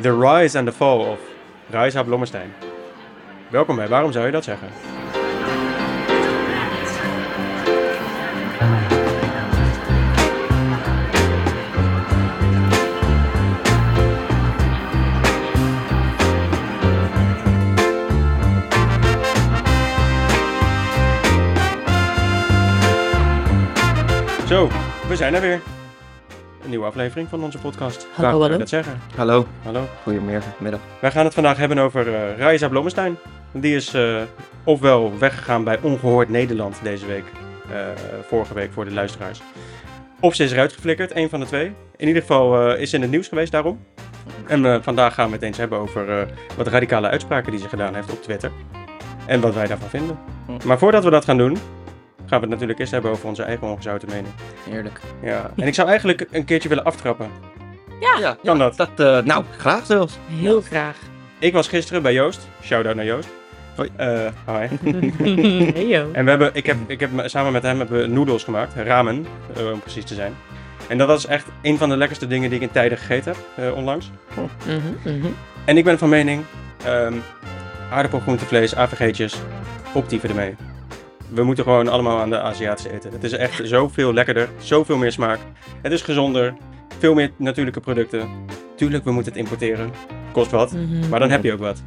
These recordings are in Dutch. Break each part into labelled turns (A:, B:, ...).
A: The Rise and the Fall of Rise H. Blommestein. Welkom bij Waarom zou je dat zeggen? Zo, we zijn er weer. Een nieuwe aflevering van onze podcast. Waarom zou je
B: hallo.
A: dat zeggen?
C: Hallo,
A: Hallo.
C: goedemorgen, middag.
A: Wij gaan het vandaag hebben over eh Raisa Blommestein. Die is eh, ofwel weggegaan bij Ongehoord Nederland deze week, eh, vorige week voor de luisteraars. Of ze is eruit geflikkerd, één van de twee. In ieder geval eh, is ze in het nieuws geweest daarom. En eh, vandaag gaan we het eens hebben over eh, wat radicale uitspraken die ze gedaan heeft op Twitter. En wat wij daarvan vinden.
C: Hm.
A: Maar voordat we dat gaan doen, gaan we het natuurlijk eerst hebben over onze eigen ongezouten mening.
C: Eerlijk.
A: Ja. En ik zou eigenlijk een keertje willen aftrappen.
C: Ja, ja,
A: Kan dat?
C: dat eh, nou, graag zelfs.
B: Heel graag.
A: Ik was gisteren bij Joost. Shout-out naar Joost.
C: Hoi.
A: Eh, hi.
B: hey yo.
A: En we hebben, ik heb, ik heb me- samen met hem hebben we noedels gemaakt, ramen, eh, om precies te zijn. En dat was echt een van de lekkerste dingen die ik in tijden gegeten heb, eh, onlangs.
B: Mhm, mhm.
A: En ik ben van mening, ehm aardappel, groentevlees, AVG'tjes, optieven ermee. We moeten gewoon allemaal aan de Aziatische eten. Het is echt zoveel lekkerder, zoveel meer smaak. Het is gezonder, veel meer natuurlijke producten. Tuurlijk, we moeten het importeren. Kost wat,
B: Mhm.
A: maar dan heb je ook wat.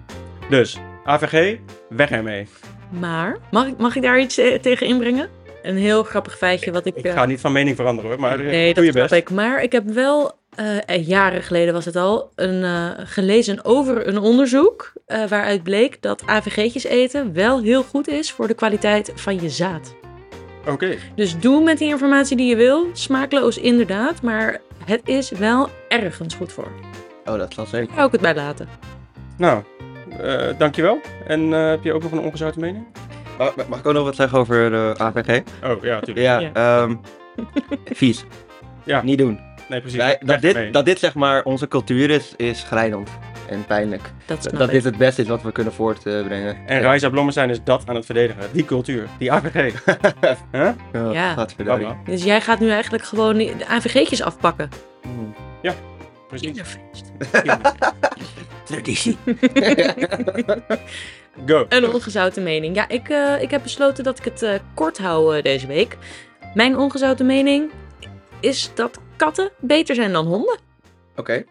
A: Dus, AVG, weg ermee.
B: Maar, mag ik, mag ik daar iets eh, tegen inbrengen? Een heel grappig feitje wat ik...
A: Ik
B: eh,
A: ga niet van mening veranderen hoor, maar eh, doe
B: nee, dat
A: je
B: snap
A: best.
B: ik. Maar ik heb wel, eh, eh, jaren geleden was het al, een, eh, gelezen over een onderzoek... eh, waaruit bleek dat AVG'tjes eten wel heel goed is voor de kwaliteit van je zaad.
A: Oké.
B: Dus doe met die informatie die je wil. Smaakloos inderdaad, maar het is wel ergens goed voor.
C: Oh, dat zal zeker.
B: Daar hou ik het bij laten.
A: Nou, eh, dankjewel. En eh, heb je ook nog een ongezouten mening?
C: Mag, mag ik ook nog wat zeggen over de AVG?
A: Oh, ja, natuurlijk.
C: Ja,
B: Ja.
C: ehm, vies.
A: Ja.
C: Niet doen.
A: Nee, precies.
C: Wij,
A: Weg
C: dat, dit,
A: ermee.
C: dat dit zeg maar onze cultuur is, is schrijnend en pijnlijk.
B: Dat snap
A: dus
C: Dat
B: ik.
C: dit het beste is wat we kunnen voortbrengen.
A: En Raisa Blommestein is dat aan het verdedigen. Die cultuur, die AVG. Huh?
C: Oh,
B: Ja.
C: gadverdamme.
A: Mama.
B: Dus jij gaat nu eigenlijk gewoon de AVG'tjes afpakken.
C: Hmm.
A: Precies.
B: Kinderfeest.
C: Traditie.
A: Go.
B: Een ongezouten mening. Ja, ik, eh, ik heb besloten dat ik het eh, kort hou eh, deze week. Mijn ongezouten mening is dat katten beter zijn dan honden.
C: Oké.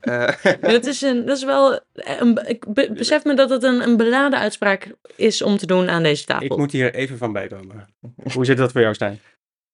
C: Eh,
B: En dat, is een, dat is wel. Een, ik be- besef me dat het een, een beladen uitspraak is om te doen aan deze
A: Ik
B: tafel.
A: moet hier even van bijkomen. Hoe zit dat voor jou, Stijn?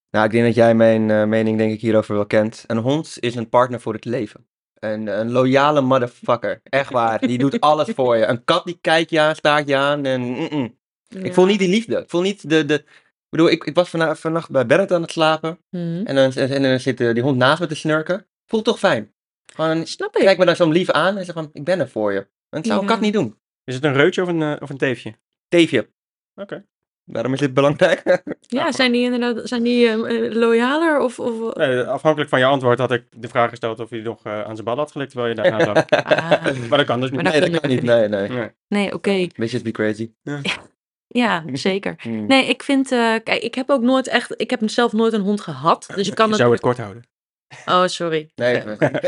C: Nou, ik denk dat jij mijn eh, mening denk ik hierover wel kent. Een hond is een partner voor het leven. Een, een loyale motherfucker. Echt waar. Die doet alles voor je. Een kat die kijkt je aan, staart je aan. En mm-mm.
B: Ja.
C: Ik voel niet die liefde. Ik voel niet de... de... Ik bedoel, ik, ik was vanna- vannacht bij Bernard aan het slapen.
B: Hm.
C: En dan, en, en dan zit eh, die hond naast me te snurken. Voelt toch fijn. Gewoon,
B: Snap ik.
C: kijk me dan zo lief aan en zeg van, ik ben er voor je. En dat zou een
B: Ja.
C: kat niet doen.
A: Is het een reutje of een, eh, of een teefje?
C: Teefje.
A: Oké.
C: Waarom is dit belangrijk?
B: Ja, zijn die inderdaad zijn die, eh, eh, loyaler? Of, of...
A: Nee, afhankelijk van je antwoord had ik de vraag gesteld of je nog eh, aan zijn bal had gelikt terwijl je daar aan zat.
B: Ah,
A: maar dat kan dus
B: Maar
A: niet.
B: dat
C: nee,
B: kan
C: dat kan niet.
B: natuurlijk
C: Nee, nee.
B: nee, oké.
C: Bitches be crazy.
B: Ja, zeker.
C: Hmm.
B: Nee, ik vind. eh, kijk, ik heb ook nooit echt. Ik heb zelf nooit een hond gehad. Dus ik kan
A: Je
B: het.
A: zou het kort houden.
B: Oh, sorry.
C: Nee.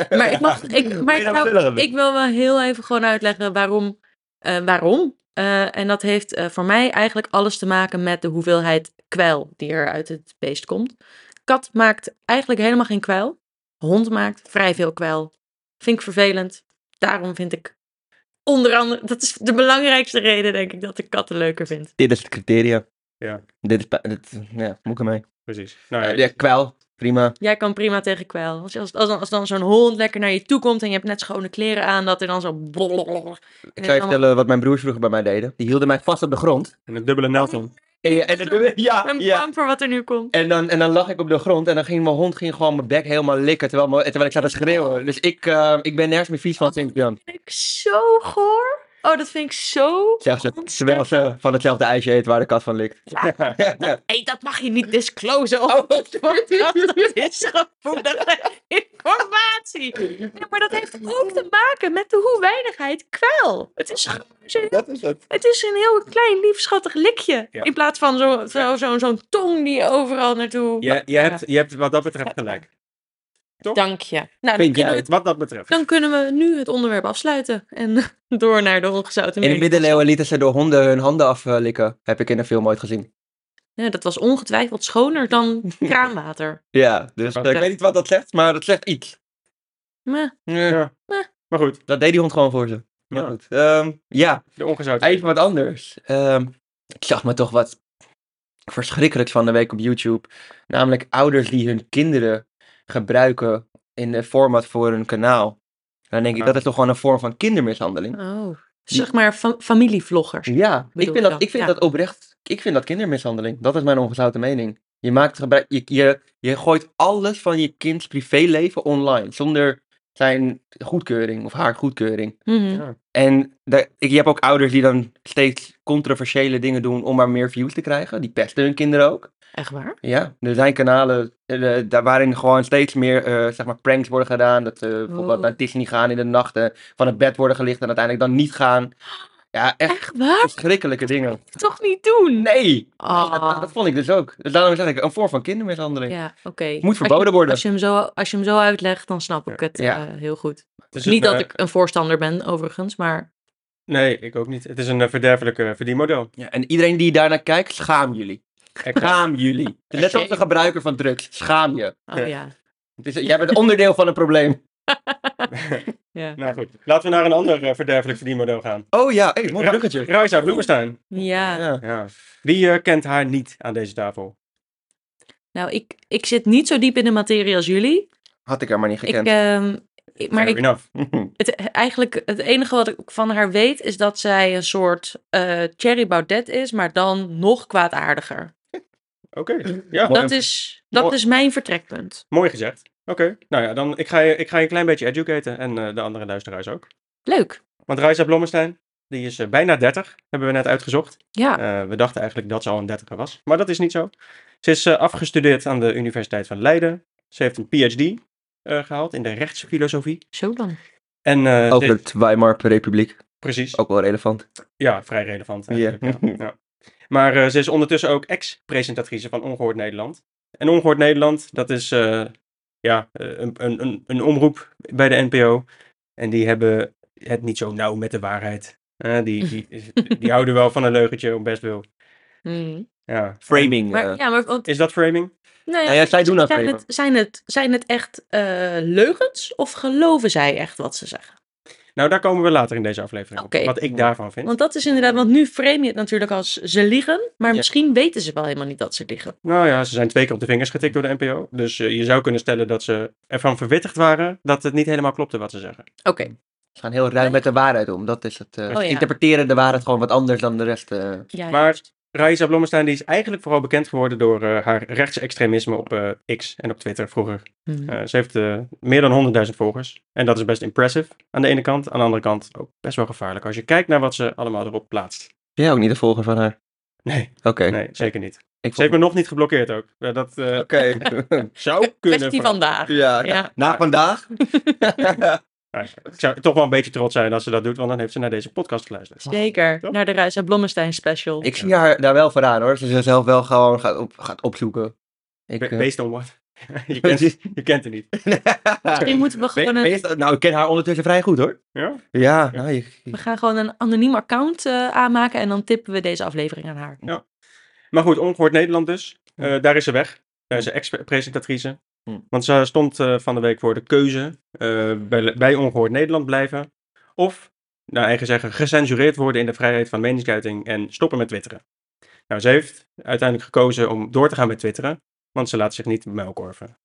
B: Maar ik mag. Ik, maar
C: je
B: ik,
C: nou
B: wou-
C: verder hebben?
B: ik wil wel heel even gewoon uitleggen waarom. eh, waarom. Eh, en dat heeft eh, voor mij eigenlijk alles te maken met de hoeveelheid kwijl die er uit het beest komt. Kat maakt eigenlijk helemaal geen kwijl. Hond maakt vrij veel kwijl. Vind ik vervelend. Daarom vind ik. Onder andere, dat is de belangrijkste reden, denk ik, dat ik katten leuker vind.
C: Dit is het criteria.
A: Ja.
C: Dit is, pa- dit, ja, moet ik ermee.
A: Precies. Nou, ja,
C: Eh, Ja, kwel, prima.
B: Jij kan prima tegen kwijl. Als, als, als, dan- als dan zo'n hond lekker naar je toe komt en je hebt net schone kleren aan, dat er dan zo. blablabla.
C: Ik zou je vertellen wat mijn broers vroeger bij mij deden. Die hielden mij vast op de grond.
A: En een dubbele Nelson.
C: En, ja, en, dan-
B: Ik
C: ja,
B: ben
C: ja.
B: bang voor wat er nu komt.
C: En, dan, en dan lag ik op de grond en dan ging mijn hond ging gewoon mijn bek helemaal likken terwijl, mijn- terwijl ik zat te schreeuwen. Dus ik, eh, ik ben nergens meer vies van sinds dan.
B: Dat vind ik zo goor. Oh, dat vind ik zo.
C: Zegt ze, terwijl ze van hetzelfde ijsje eet waar de kat van likt.
B: Hey, dat mag je niet disclosen. Oh, dat is gevoelige informatie. Ja, maar dat heeft ook te maken met de hoe weinigheid kwijl. Het is, gewoon-
C: Dat is het.
B: het is een heel klein, lief, schattig likje.
A: Ja.
B: In plaats van zo'n zo, zo, zo'n tong die overal naartoe.
A: Je, je, hebt, je hebt wat dat betreft gelijk. Toch?
B: Dank je. Nou, dan
A: Vind
B: kunnen,
A: jij
B: we,
A: het, wat dat betreft.
B: dan kunnen we nu het onderwerp afsluiten. En door naar de ongezouten
C: In de
B: mening.
C: middeleeuwen lieten ze door honden hun handen aflikken. Heb ik in een film ooit gezien.
B: Ja, dat was ongetwijfeld schoner dan kraanwater.
C: Ja, dus
A: Oké.
C: eh, ik weet niet wat dat zegt, maar dat zegt iets.
B: Maar
C: Ja,
A: Ja. Maar goed,
C: Dat deed die hond gewoon voor ze. Maar
A: Ja.
C: goed. Ehm, ja,
A: de ongezouten.
C: even wat anders. Ehm, ik zag me toch wat verschrikkelijks van de week op YouTube. Namelijk ouders die hun kinderen gebruiken in de format voor hun kanaal. Dan denk ik,
A: Ah.
C: dat is toch gewoon een vorm van kindermishandeling?
B: Oh, zeg maar fa- familievloggers.
C: Ja, ik
B: bedoel
C: vind,
B: je
C: dat,
B: dan?
C: ik vind
B: Ja.
C: dat oprecht. Ik vind dat kindermishandeling. Dat is mijn ongezouten mening. Je, maakt gebruik, je, je, je gooit alles van je kinds privéleven online. Zonder zijn goedkeuring of haar goedkeuring.
B: Mhm.
A: Ja.
C: En daar, ik, je hebt ook ouders die dan steeds controversiële dingen doen om maar meer views te krijgen. Die pesten hun kinderen ook.
B: Echt waar?
C: Ja, er zijn kanalen eh, eh, daar waarin gewoon steeds meer eh, zeg maar pranks worden gedaan. Dat ze bijvoorbeeld
B: Oh.
C: naar Disney gaan in de nachten. Van het bed worden gelicht en uiteindelijk dan niet gaan. Ja, echt
B: Echt waar?
C: verschrikkelijke dingen.
B: Toch niet doen?
C: Nee!
B: Ah.
C: Dat, dat vond ik dus ook. Dus daarom zeg ik, een vorm van kindermishandeling.
B: Ja, oké.
C: Moet
B: Als je-
C: verboden worden.
B: Als je, hem zo, als je hem zo uitlegt, dan snap ik het
C: Ja. Dus,
B: eh, heel goed.
A: Het is
B: Niet
A: een,
B: dat
A: eh,
B: ik een voorstander ben, overigens, maar
A: Nee, ik ook niet. Het is een eh, verderfelijke verdienmodel.
C: Ja, en iedereen die daarnaar kijkt, schaam jullie.
A: Exact.
C: Schaam jullie. Het is Net zoals de
B: Shame.
C: gebruiker van drugs. Schaam je.
A: Ja.
B: oh ja.
C: Het is, jij bent onderdeel van een probleem.
B: Ja,
A: nou goed, laten we naar een ander eh, verderfelijk verdienmodel gaan.
C: Oh ja, hey, mooi
A: Ja.
C: bruggetje.
A: Raisa Bloemenstein.
B: ja.
C: Ja.
A: Ja. Wie eh, kent haar niet aan deze tafel?
B: nou, ik, ik zit niet zo diep in de materie als jullie.
C: Had ik haar maar niet
B: Ik, eh,
C: gekend.
B: ehm, ik- maar
A: Fair
B: ik,
A: enough.
B: het, eigenlijk het enige wat ik van haar weet is dat zij een soort eh Thierry Baudet is, maar dan nog kwaadaardiger.
A: Oké, ja.
C: Mooi.
B: Dat is, dat
A: Mooi.
B: is mijn vertrekpunt.
A: Mooi gezegd. Oké, nou ja, dan ik ga, je, ik ga je een klein beetje educaten en eh, de andere luisteraars ook.
B: Leuk.
A: Want Raisa Blommestein, die is eh, bijna 30, hebben we net uitgezocht.
B: Ja,
A: Eh, we dachten eigenlijk dat ze al een dertiger was, maar dat is niet zo. Ze is eh, afgestudeerd aan de Universiteit van Leiden. Ze heeft een PhD eh, gehaald in de rechtsfilosofie.
B: zo dan.
A: En, eh,
C: Ook
A: ze-
C: het Weimar Republiek.
A: Precies,
C: Ook wel relevant.
A: ja, vrij relevant.
C: Ja.
A: eigenlijk, Ja. Ja. Maar eh, ze is ondertussen ook ex-presentatrice van Ongehoord Nederland. En Ongehoord Nederland, dat is eh, ja, eh, een, een, een- een omroep bij de NPO. En die hebben het niet zo nauw met de waarheid. Eh, die, die, die houden wel van een leugentje, om best wil.
B: Mhm.
A: Ja.
C: Framing.
B: Maar,
C: eh.
B: ja, maar want-
A: Is dat framing?
B: nou ja,
C: Nou ja, zij doen dat
B: zijn,
C: even.
B: het, zijn, het, zijn het echt eh, leugens of geloven zij echt wat ze zeggen?
A: Nou, daar komen we later in deze aflevering
B: Oké.
A: op. Wat ik daarvan vind.
B: Want dat is inderdaad, want nu frame je het natuurlijk als ze liegen, maar
C: Ja.
B: misschien weten ze wel helemaal niet dat ze liegen.
A: Nou ja, ze zijn twee keer op de vingers getikt door de NPO. Dus eh, je zou kunnen stellen dat ze ervan verwittigd waren dat het niet helemaal klopte wat ze zeggen.
B: Oké,
C: Ze gaan heel ruim met de waarheid om. Dat is het. eh,
B: Oh,
C: ze
B: ja.
C: interpreteren de waarheid gewoon wat anders dan de rest. eh.
B: ja,
A: Maar Raisa Blommestein die is eigenlijk vooral bekend geworden door eh, haar rechtsextremisme op eh, X en op Twitter vroeger.
B: Mhm.
A: Eh, ze heeft eh, meer dan 100.000 volgers. En dat is best impressive aan de ene kant. Aan de andere kant ook best wel gevaarlijk als je kijkt naar wat ze allemaal erop plaatst.
C: Ben jij ook niet de volger van haar?
A: Nee,
C: Oké.
A: nee zeker niet.
C: Ik
A: Ze heeft me nog niet geblokkeerd ook. Eh, dat eh,
C: Oké.
A: zou kunnen.
B: kwestie
A: voor-
B: vandaag.
C: ja.
B: Ja.
C: Na vandaag.
A: Nou, Ik zou toch wel een beetje trots zijn als ze dat doet, want dan heeft ze naar deze podcast geluisterd.
B: Zeker,
A: Toch?
B: naar de Ruijs en Blommestein special.
C: Ik zie haar daar wel voor aan hoor. Ze zelf wel gewoon gaat, op, gaat opzoeken. Ik,
A: Be-
C: eh,
A: Based on what? je, kent, je kent het niet.
B: Misschien moeten we
C: Be-
B: gewoon een,
C: based- nou, ik ken haar ondertussen vrij goed hoor.
A: Ja?
C: Ja, nou, je,
B: we gaan gewoon een anoniem account eh, aanmaken en dan tippen we deze aflevering aan haar.
A: Maar goed, Ongehoord Nederland dus. Eh, daar is ze weg. Daar is ze ex-presentatrice.
C: Hm.
A: Want ze stond eh, van de week voor de keuze eh, bij, bij Ongehoord Nederland blijven. Of, naar eigen zeggen, gecensureerd worden in de vrijheid van meningsuiting en stoppen met twitteren. Nou, ze heeft uiteindelijk gekozen om door te gaan met twitteren, want ze laat zich niet muilkorven.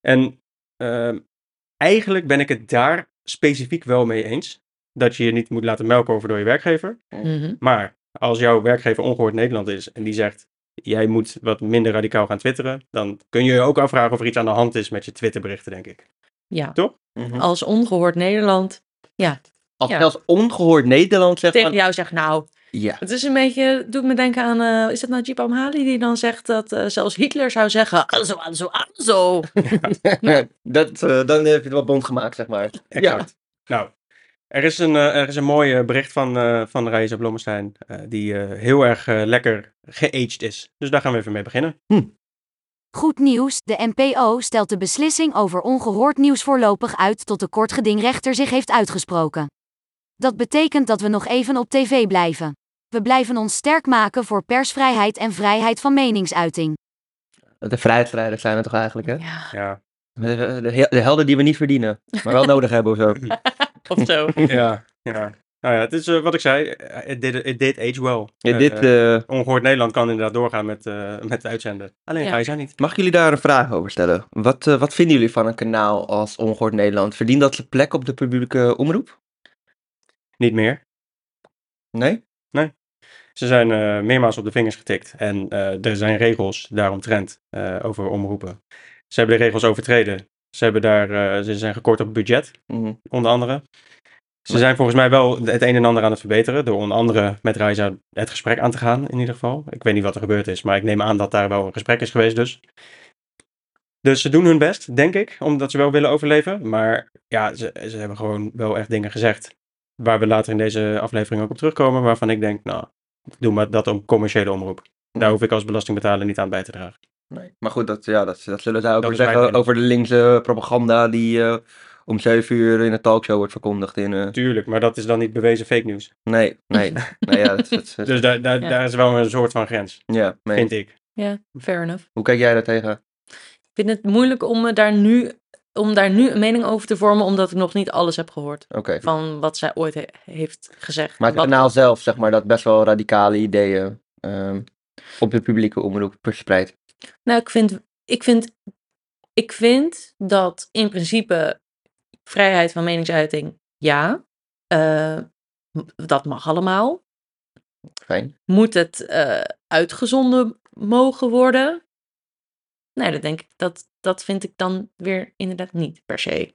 A: En ehm, eigenlijk ben ik het daar specifiek wel mee eens. Dat je je niet moet laten muilkorven door je werkgever.
B: Mhm.
A: Maar als jouw werkgever ongehoord Nederland is en die zegt, jij moet wat minder radicaal gaan twitteren, dan kun je je ook afvragen of er iets aan de hand is met je Twitterberichten, denk ik.
B: Ja,
C: Mhm.
B: als ongehoord Nederland
C: Als
B: ja.
C: zelfs ongehoord Nederland zegt
B: tegen
C: van...
B: jou zegt nou,
C: Ja.
B: het is een beetje, doet me denken aan, eh, is dat nou Jeep Amhali die dan zegt dat eh, zelfs Hitler zou zeggen, "Ah, anzo, anzo, anzo.
C: dat, eh, dan heb je het wel bond gemaakt, zeg maar.
A: Exact. Nou, er is een, eh, er is een mooi eh, bericht van, eh van Raisa Blommestein eh, die eh, heel erg eh, lekker geaged is. Dus daar gaan we even mee beginnen.
D: Goed nieuws, de NPO stelt de beslissing over ongehoord nieuws voorlopig uit tot de kortgedingrechter zich heeft uitgesproken. Dat betekent dat we nog even op tv blijven. We blijven ons sterk maken voor persvrijheid en vrijheid van meningsuiting.
C: De vrijheidsstrijders zijn het toch eigenlijk, hè?
B: Ja,
A: Ja,
C: De, de, hel- de helden die we niet verdienen, maar wel nodig hebben of zo.
B: of zo.
A: ja, ja. Nou ja, het is eh, wat ik zei. eh, It did, it did age well.
C: Ja,
A: Eh,
C: dit,
A: eh,
C: eh,
A: Ongehoord Nederland kan inderdaad doorgaan met, eh, met het uitzenden. Alleen
B: Ja.
A: ga je zijn niet.
C: Mag ik jullie daar een vraag over stellen? Wat, eh, wat vinden jullie van een kanaal als Ongehoord Nederland? Verdient dat de plek op de publieke omroep?
A: Niet meer.
C: Nee?
A: Ze zijn eh, meermaals op de vingers getikt. En eh, er zijn regels daaromtrent eh over omroepen. Ze hebben de regels overtreden. Ze, hebben daar, eh, ze zijn gekort op budget,
C: Mhm.
A: onder andere. Ze
C: Maar-
A: zijn volgens mij wel het een en ander aan het verbeteren. Door onder andere met Reiza het gesprek aan te gaan, in ieder geval. Ik weet niet wat er gebeurd is, maar ik neem aan dat daar wel een gesprek is geweest dus. Dus ze doen hun best, denk ik, omdat ze wel willen overleven. Maar ja, ze, ze hebben gewoon wel echt dingen gezegd. Waar we later in deze aflevering ook op terugkomen. Waarvan ik denk, nou, doe maar dat om commerciële omroep. Daar hoef ik als belastingbetaler niet aan bij te dragen.
C: Nee. Maar goed, dat, ja, dat, dat zullen zij
A: Dat
C: ook wel
A: is mijn
C: zeggen
A: mening.
C: over de linkse propaganda die eh, om 7 uur in een talkshow wordt verkondigd. In, eh,
A: Tuurlijk, maar dat is dan niet bewezen fake news.
C: Nee, nee. nee ja, dat, dat, dat-
A: Dus daar, daar,
B: Ja.
A: daar is wel een soort van grens,
C: ja, nee.
A: vind ik.
B: Ja, fair enough.
C: Hoe kijk jij daar tegen?
B: Ik vind het moeilijk om, me daar nu, om daar nu een mening over te vormen, omdat ik nog niet alles heb gehoord
C: Oké.
B: van wat zij ooit he- heeft gezegd.
C: Maar het
B: Wat-
C: kanaal zelf, zeg maar, dat best wel radicale ideeën ehm, op de publieke omroep verspreidt.
B: Nou, ik vind, ik vind, ik vind dat in principe vrijheid van meningsuiting, ja, eh, m- dat mag allemaal.
C: Fijn.
B: Moet het eh, uitgezonden mogen worden? Nee, dat denk ik, dat, dat vind ik dan weer inderdaad niet per se.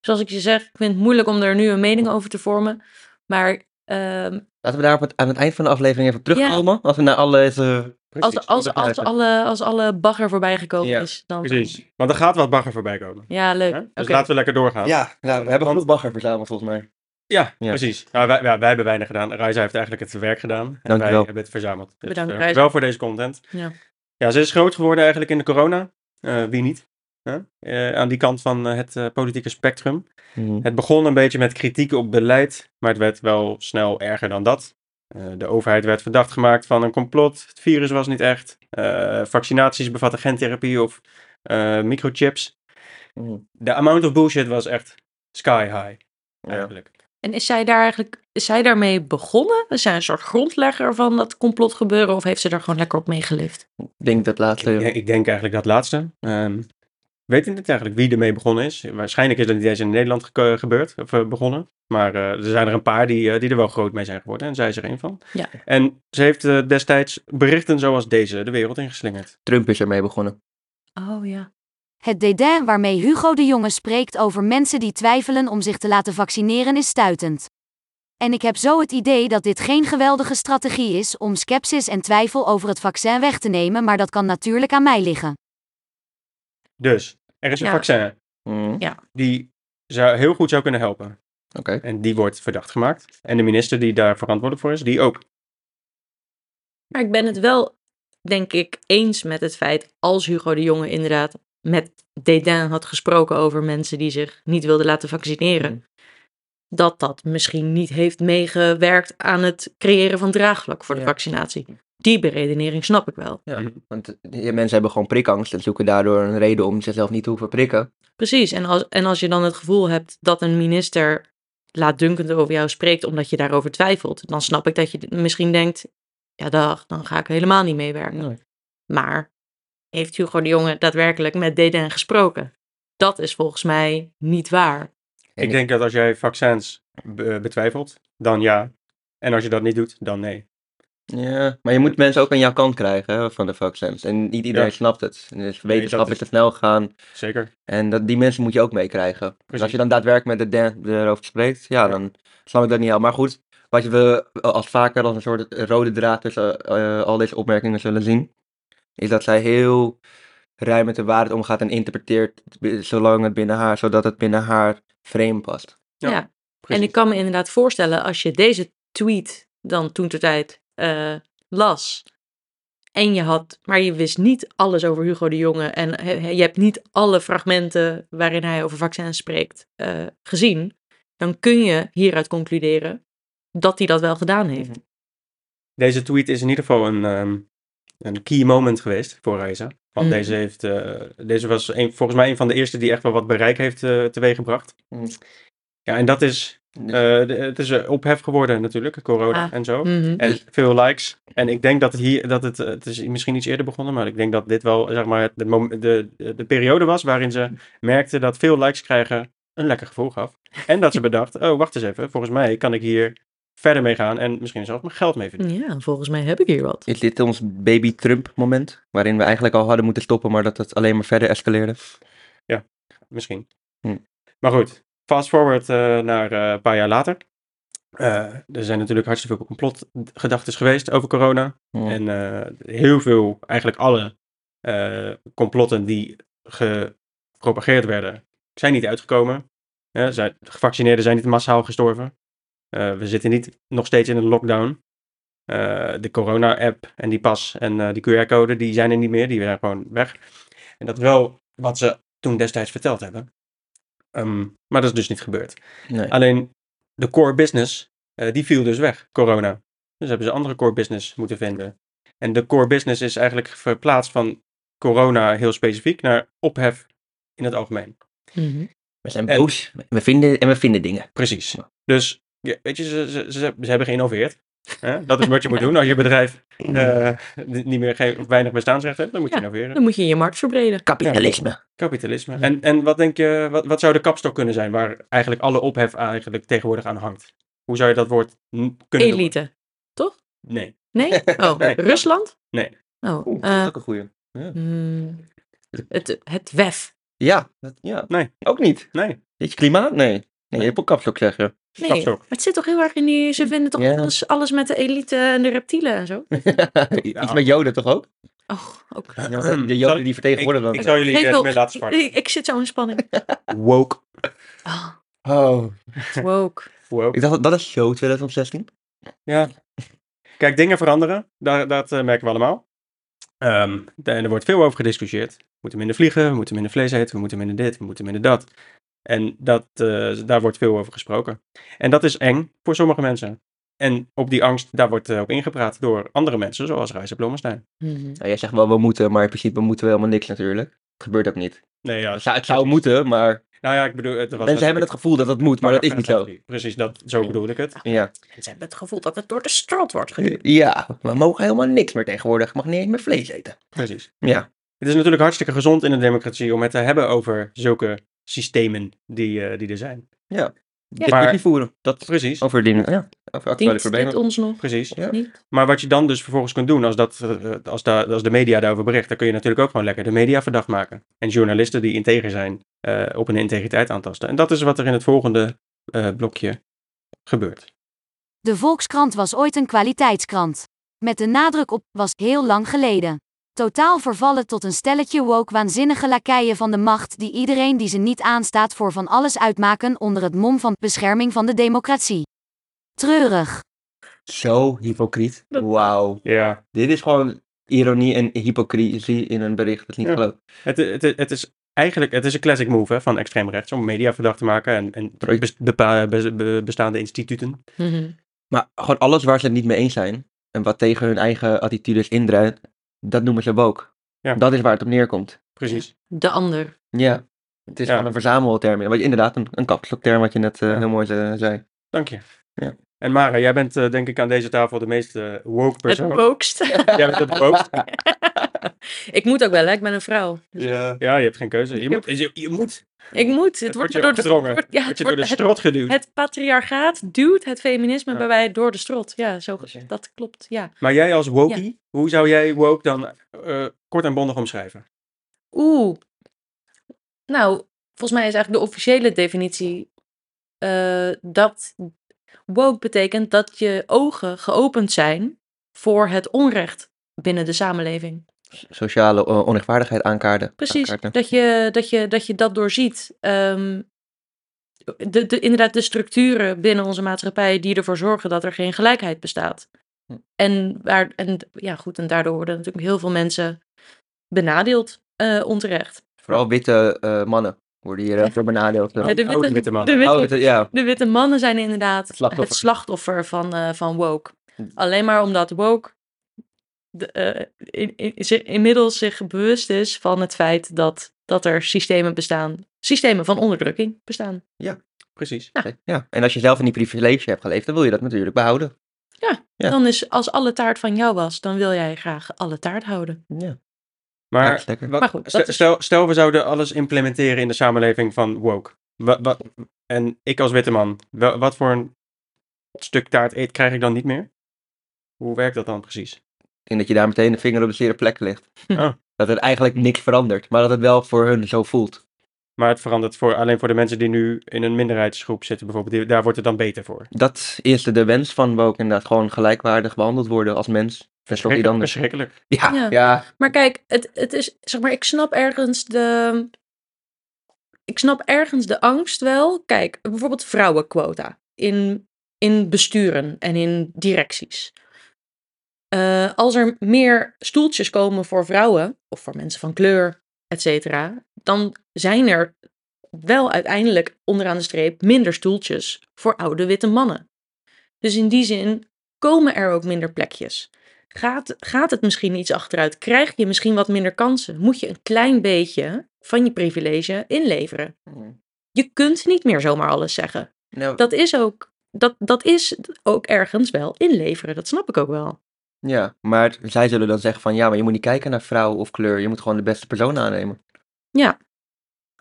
B: Zoals ik je zeg, ik vind het moeilijk om er nu een mening over te vormen, maar ehm,
C: Laten we daar op het, aan het eind van de aflevering even op
B: Ja.
C: terugkomen. Als we naar alle... eh,
B: als, als, als, alle, als alle bagger voorbij gekomen
C: Ja,
B: is, dan...
A: Precies. Want er gaat wat bagger voorbij komen.
B: Ja, leuk.
A: Hè? Dus
B: Oké.
A: laten we lekker doorgaan.
C: Ja, nou, we hebben genoeg bagger verzameld volgens mij.
A: Ja,
C: Ja.
A: precies. Nou, wij, ja, wij hebben weinig gedaan. Reiza heeft eigenlijk het werk gedaan. En
C: Dankjewel.
A: wij hebben het verzameld. Dus,
B: Bedankt,
A: eh,
B: Reiza.
A: Wel voor deze content.
B: Ja.
A: Ja, ze is groot geworden eigenlijk in de corona. Eh, wie niet? Hè? Eh, aan die kant van eh, het eh, politieke spectrum.
C: Mhm.
A: Het begon een beetje met kritiek op beleid, maar het werd wel snel erger dan dat. Eh, de overheid werd verdacht gemaakt van een complot, het virus was niet echt, eh, vaccinaties bevatten gentherapie of eh, microchips.
C: Mhm.
A: De amount of bullshit was echt sky high,
C: Ja.
A: eigenlijk.
B: En is zij daar eigenlijk, is zij daarmee begonnen? Is zij een soort grondlegger van dat complot gebeuren of heeft ze daar gewoon lekker op meegelift?
C: Ik denk dat laatste.
A: Ik, ik denk eigenlijk dat laatste. Ehm weet ik niet eigenlijk wie ermee begonnen is. Waarschijnlijk is dat niet eens in Nederland geke- gebeurd of eh, begonnen. Maar eh, er zijn er een paar die, eh, die er wel groot mee zijn geworden. En zij is er een van.
B: Ja.
A: En ze heeft eh, destijds berichten zoals deze de wereld ingeslingerd.
C: Trump is ermee begonnen.
B: Oh ja.
D: Het dédain waarmee Hugo de Jonge spreekt over mensen die twijfelen om zich te laten vaccineren is stuitend. En ik heb zo het idee dat dit geen geweldige strategie is om scepsis en twijfel over het vaccin weg te nemen, maar dat kan natuurlijk aan mij liggen.
A: Dus er is een
B: Ja.
A: vaccin
C: Mhm. Oké.
A: die zou, heel goed zou kunnen helpen. En die wordt verdacht gemaakt. En de minister die daar verantwoordelijk voor is, die ook.
B: Maar ik ben het wel, denk ik, eens met het feit als Hugo de Jonge inderdaad met dédain had gesproken over mensen die zich niet wilden laten vaccineren. Dat dat misschien niet heeft meegewerkt aan het creëren van draagvlak voor de
C: Ja.
B: vaccinatie. Die beredenering snap ik wel.
C: Ja. Want eh, die mensen hebben gewoon prikangst en zoeken daardoor een reden om zichzelf niet te hoeven prikken.
B: Precies, en als, en als je dan het gevoel hebt dat een minister laatdunkend over jou spreekt omdat je daarover twijfelt, dan snap ik dat je d- misschien denkt, ja dag, dan ga ik helemaal niet meewerken. Maar heeft Hugo de Jonge daadwerkelijk met DDN gesproken? Dat is volgens mij niet waar.
C: En
A: ik denk dat als jij vaccins be- eh, betwijfelt, dan ja. En als je dat niet doet, dan nee.
C: Ja, maar je moet mensen ook aan jouw kant krijgen hè, van de vaccins. En niet iedereen
A: Ja.
C: snapt het. Dus wetenschap
A: dat
C: is
A: is-
C: te snel gegaan.
A: Zeker.
C: En dat, die mensen moet je ook meekrijgen. Dus als
A: Precies.
C: je dan daadwerkelijk met de Dan erover spreekt, ja,
A: Ja.
C: dan snap ik dat niet al. Maar goed, wat we als vaker als een soort rode draad tussen eh, eh, al deze opmerkingen zullen zien, is dat zij heel ruim met de waarheid omgaat en interpreteert b- zolang het binnen haar, zodat het binnen haar frame past.
A: Ja,
B: Ja, En ik
A: Precies.
B: kan me inderdaad voorstellen, als je deze tweet dan toen ter tijd eh, las. En je had, maar je wist niet alles over Hugo de Jonge. En he- he- je hebt niet alle fragmenten waarin hij over vaccins spreekt eh, gezien. Dan kun je hieruit concluderen dat hij dat wel gedaan heeft.
A: Deze tweet is in ieder geval een, ehm, een key moment geweest voor Reiza. Want
B: Mm.
A: deze, heeft, eh, deze was een, volgens mij een van de eerste die echt wel wat bereik heeft eh, teweeggebracht.
C: Mm.
A: Ja, en dat is, eh, de- het is eh, ophef geworden natuurlijk, corona
B: Dus- Ah.
A: en zo.
B: Mhm.
A: En veel likes. En ik denk dat het hier, dat het, eh, het is misschien iets eerder begonnen, maar ik denk dat dit wel zeg maar de, mom- de, de, de periode was waarin ze merkten dat veel likes krijgen een lekker gevoel gaf. En dat ze bedacht, oh wacht eens even, volgens mij kan ik hier verder mee gaan en misschien zelfs mijn geld mee verdienen.
B: Ja, volgens mij heb ik hier wat.
C: Is dit ons baby Trump moment? Waarin we eigenlijk al hadden moeten stoppen, maar dat het alleen maar verder escaleerde.
A: Misschien.
C: Hm.
A: Maar goed, fast forward eh, naar eh, een paar jaar later. Eh, er zijn natuurlijk hartstikke veel complotgedachten geweest over corona.
C: Mm.
A: En eh, heel veel, eigenlijk alle eh, complotten die gepropageerd werden, zijn niet uitgekomen. Eh, zijn, gevaccineerden zijn niet massaal gestorven. Eh, we zitten niet nog steeds in een lockdown. Eh, de corona-app en die pas en eh, die QR-code, die zijn er niet meer. Die zijn gewoon weg. En dat is wel wat ze toen destijds verteld hebben. Ehm, maar dat is dus niet gebeurd.
C: Nee.
A: Alleen de core business, eh, die viel dus weg, corona. Dus hebben ze andere core business moeten vinden. En de core business is eigenlijk verplaatst van corona heel specifiek naar ophef in het algemeen.
B: Mhm.
C: We zijn
A: en-
C: boos. We vinden, en we vinden dingen.
A: Precies.
C: Ja.
A: Dus ja, weet je, ze, ze, ze, ze hebben geïnnoveerd. Hè? Dat is wat je moet doen als je bedrijf eh, niet meer geen, of weinig bestaansrecht hebt. Dan moet je
B: Ja.
A: innoveren.
B: Dan moet je je markt verbreden.
C: Kapitalisme.
A: Kapitalisme. En, en wat denk je, wat, wat zou de kapstok kunnen zijn waar eigenlijk alle ophef eigenlijk tegenwoordig aan hangt? Hoe zou je dat woord n- kunnen doen?
B: Elite.
A: Nee.
B: Nee? Oh,
A: Nee.
B: Rusland?
A: Nee.
B: Oh,
C: Oeh,
B: eh,
C: dat is ook een goeie.
B: mm, het, het WEF.
C: Ja, dat- ja.
A: Nee.
C: Ook niet.
A: Nee.
C: Weet je klimaat? Nee. Nee, je hebt ook kapstok zeggen.
B: Nee,
A: Kapstok.
B: maar het zit toch heel erg in die... Ze vinden toch
C: Ja.
B: alles, alles met de elite en de reptielen en zo?
C: Iets met joden toch ook?
B: Oh, ook.
C: De
A: Zal
C: joden
A: ik-
C: die vertegenwoordigen
A: Ik
C: dan.
A: zou jullie
B: Geef
A: eh,
B: wel-
A: mee laten sparren.
B: Ik, ik zit zo in spanning.
A: Woke.
B: Oh,
C: Oh.
B: woke.
A: Woke.
C: Ik dacht, dat is zo 2016.
A: Ja. Kijk, dingen veranderen. Daar, dat eh, merken we allemaal. Ehm, daar- en er wordt veel over gediscussieerd. We moeten minder vliegen, we moeten minder vlees eten, we moeten minder dit, we moeten minder dat. En dat, eh, daar wordt veel over gesproken. En dat is eng voor sommige mensen. En op die angst, daar wordt eh, op ingepraat door andere mensen, zoals Reise Blommestein.
B: Mhm.
C: Nou, jij zegt wel, we moeten, maar in principe moeten we helemaal niks natuurlijk. Het gebeurt ook niet.
A: Nee, ja.
C: Het zou, het zou moeten, maar
A: Nou ja, ik bedoel... Het was
C: mensen hebben het gevoel dat dat moet, maar dat is niet zo.
A: Precies, dat, zo bedoel ik het.
C: Ja.
B: Ze hebben het gevoel dat het door de straat wordt geduwd.
C: ja, we mogen helemaal niks meer tegenwoordig. mag niet eens meer vlees eten.
A: Precies.
C: Ja.
A: Het is natuurlijk hartstikke gezond in een democratie om het te hebben over zulke systemen die, eh, die er zijn. Maar-
C: Discussie voeren. Dat
A: Precies,
C: over dingen. Ja. Over actuele
B: Dient dit
C: problemen.
B: ons nog?
A: precies.
C: Ja.
B: Niet?
A: Maar wat je dan dus vervolgens kunt doen, als, dat, eh, als, da, als de media daarover bericht, dan kun je natuurlijk ook gewoon lekker de media verdacht maken. En journalisten die integer zijn, eh, op hun integriteit aantasten. En dat is wat er in het volgende eh, blokje gebeurt.
D: De Volkskrant was ooit een kwaliteitskrant. Met de nadruk op was heel lang geleden. Totaal vervallen tot een stelletje woke waanzinnige lakeien van de macht die iedereen die ze niet aanstaat voor van alles uitmaken onder het mom van bescherming van de democratie. Treurig.
C: Zo hypocriet.
B: Dat-
C: Wauw.
A: Ja.
C: Dit is gewoon ironie en hypocrisie in een bericht. Dat is niet
A: Ja.
C: geloof.
A: Het, het, het is eigenlijk het is een classic move hè, van extreem rechts om media verdacht te maken en, en bes- bepa- be- be- bestaande instituten.
B: Mhm.
C: Maar gewoon alles waar ze het niet mee eens zijn. En wat tegen hun eigen attitudes indruidt. Dat noemen ze woke.
A: Ja.
C: Dat is waar het op neerkomt.
A: Precies.
B: De ander.
C: Ja. Het is
A: Ja.
C: gewoon een verzamelterm. Maar inderdaad, een, een kapstokterm wat je net eh,
A: Ja.
C: heel mooi ze- zei.
A: Dank je.
C: Ja.
A: En Mara, jij bent eh, denk ik aan deze tafel de meest eh, woke
B: Het
A: persoon.
B: wokeste.
A: jij bent het woke.
B: ik moet ook wel, hè? ik ben een vrouw.
C: Ja.
A: Ja, je hebt geen keuze. Je moet. Je, je moet.
B: Ik moet. Het,
A: Het wordt
B: wordt me
A: je
B: door de
A: opgedrongen.
B: wordt- ja,
A: Word
B: het
A: je door de
B: wordt- het-
A: strot geduwd.
B: Het patriarchaat duwt het feminisme
A: Ja.
B: bij mij door de strot. Ja, zo,
C: Oké.
B: dat klopt. Ja.
A: Maar jij als wokie, hoe zou jij woke dan eh, kort en bondig omschrijven?
B: Oeh. Nou, volgens mij is eigenlijk de officiële definitie eh, dat woke betekent dat je ogen geopend zijn voor het onrecht binnen de samenleving.
C: Sociale eh, onrechtvaardigheid aankaarden.
B: Precies,
C: Aankaarten.
B: dat je, dat, je, dat je dat doorziet. Ehm, de, de, inderdaad, de structuren binnen onze maatschappij die ervoor zorgen dat er geen gelijkheid bestaat. Hm. En, waar, en ja, goed, en daardoor worden natuurlijk heel veel mensen benadeeld eh, onterecht.
C: Vooral witte eh, mannen worden hier eh, voor benadeeld.
B: Ja, de witte-
A: Oude witte man.
B: De witte,
C: Oh, witte- ja.
B: de witte mannen zijn inderdaad
C: Het slachtoffer.
B: het slachtoffer van, eh, van woke.
A: Hm.
B: Alleen maar omdat woke de, eh, in- in- zich- inmiddels zich bewust is van het feit dat, dat er systemen bestaan. Systemen van onderdrukking bestaan.
A: Precies.
C: ja. En als je zelf in die privilege hebt geleefd, dan wil je dat natuurlijk behouden. Ja.
B: Dan is als alle taart van jou was, dan wil jij graag alle taart houden.
C: Ja. Ja,
A: Maar,
C: dat is lekker.
A: wat-
B: Maar goed,
A: stel,
B: dat is-
A: stel, stel we zouden alles implementeren in de samenleving van woke. Wa- wa- en ik als witte man, wa- wat voor een stuk taart eet krijg ik dan niet meer? Hoe werkt dat dan precies?
C: Ik denk dat je daar meteen de vinger op de zere plek ligt.
B: Hm.
A: Oh.
C: Dat er eigenlijk niks verandert, maar dat het wel voor hun zo voelt.
A: Maar het verandert voor, alleen voor de mensen die nu in een minderheidsgroep zitten bijvoorbeeld. Die- daar wordt het dan beter voor.
C: Dat is de, de wens van Woke inderdaad, gewoon gelijkwaardig behandeld worden als mens. Verstopt niet
A: Verschrikkelijk.
C: anders.
A: verschrikkelijk.
C: Ja,
B: Ja.
C: ja.
B: Maar kijk, het, het is, zeg maar, ik snap ergens de. Ik snap ergens de angst wel. Kijk, bijvoorbeeld vrouwenquota in, in besturen en in directies. Eh, als er meer stoeltjes komen voor vrouwen of voor mensen van kleur, et cetera, dan zijn er wel uiteindelijk onderaan de streep minder stoeltjes voor oude witte mannen. Dus in die zin komen er ook minder plekjes gaat, gaat het misschien iets achteruit? Krijg je misschien wat minder kansen? Moet je een klein beetje van je privilege inleveren? Je kunt niet meer zomaar alles zeggen.
C: Nou,
B: Dat is ook, dat, dat is ook ergens wel inleveren. Dat snap ik ook wel.
C: ja, maar zij zullen dan zeggen van ja, maar je moet niet kijken naar vrouw of kleur. Je moet gewoon de beste persoon aannemen.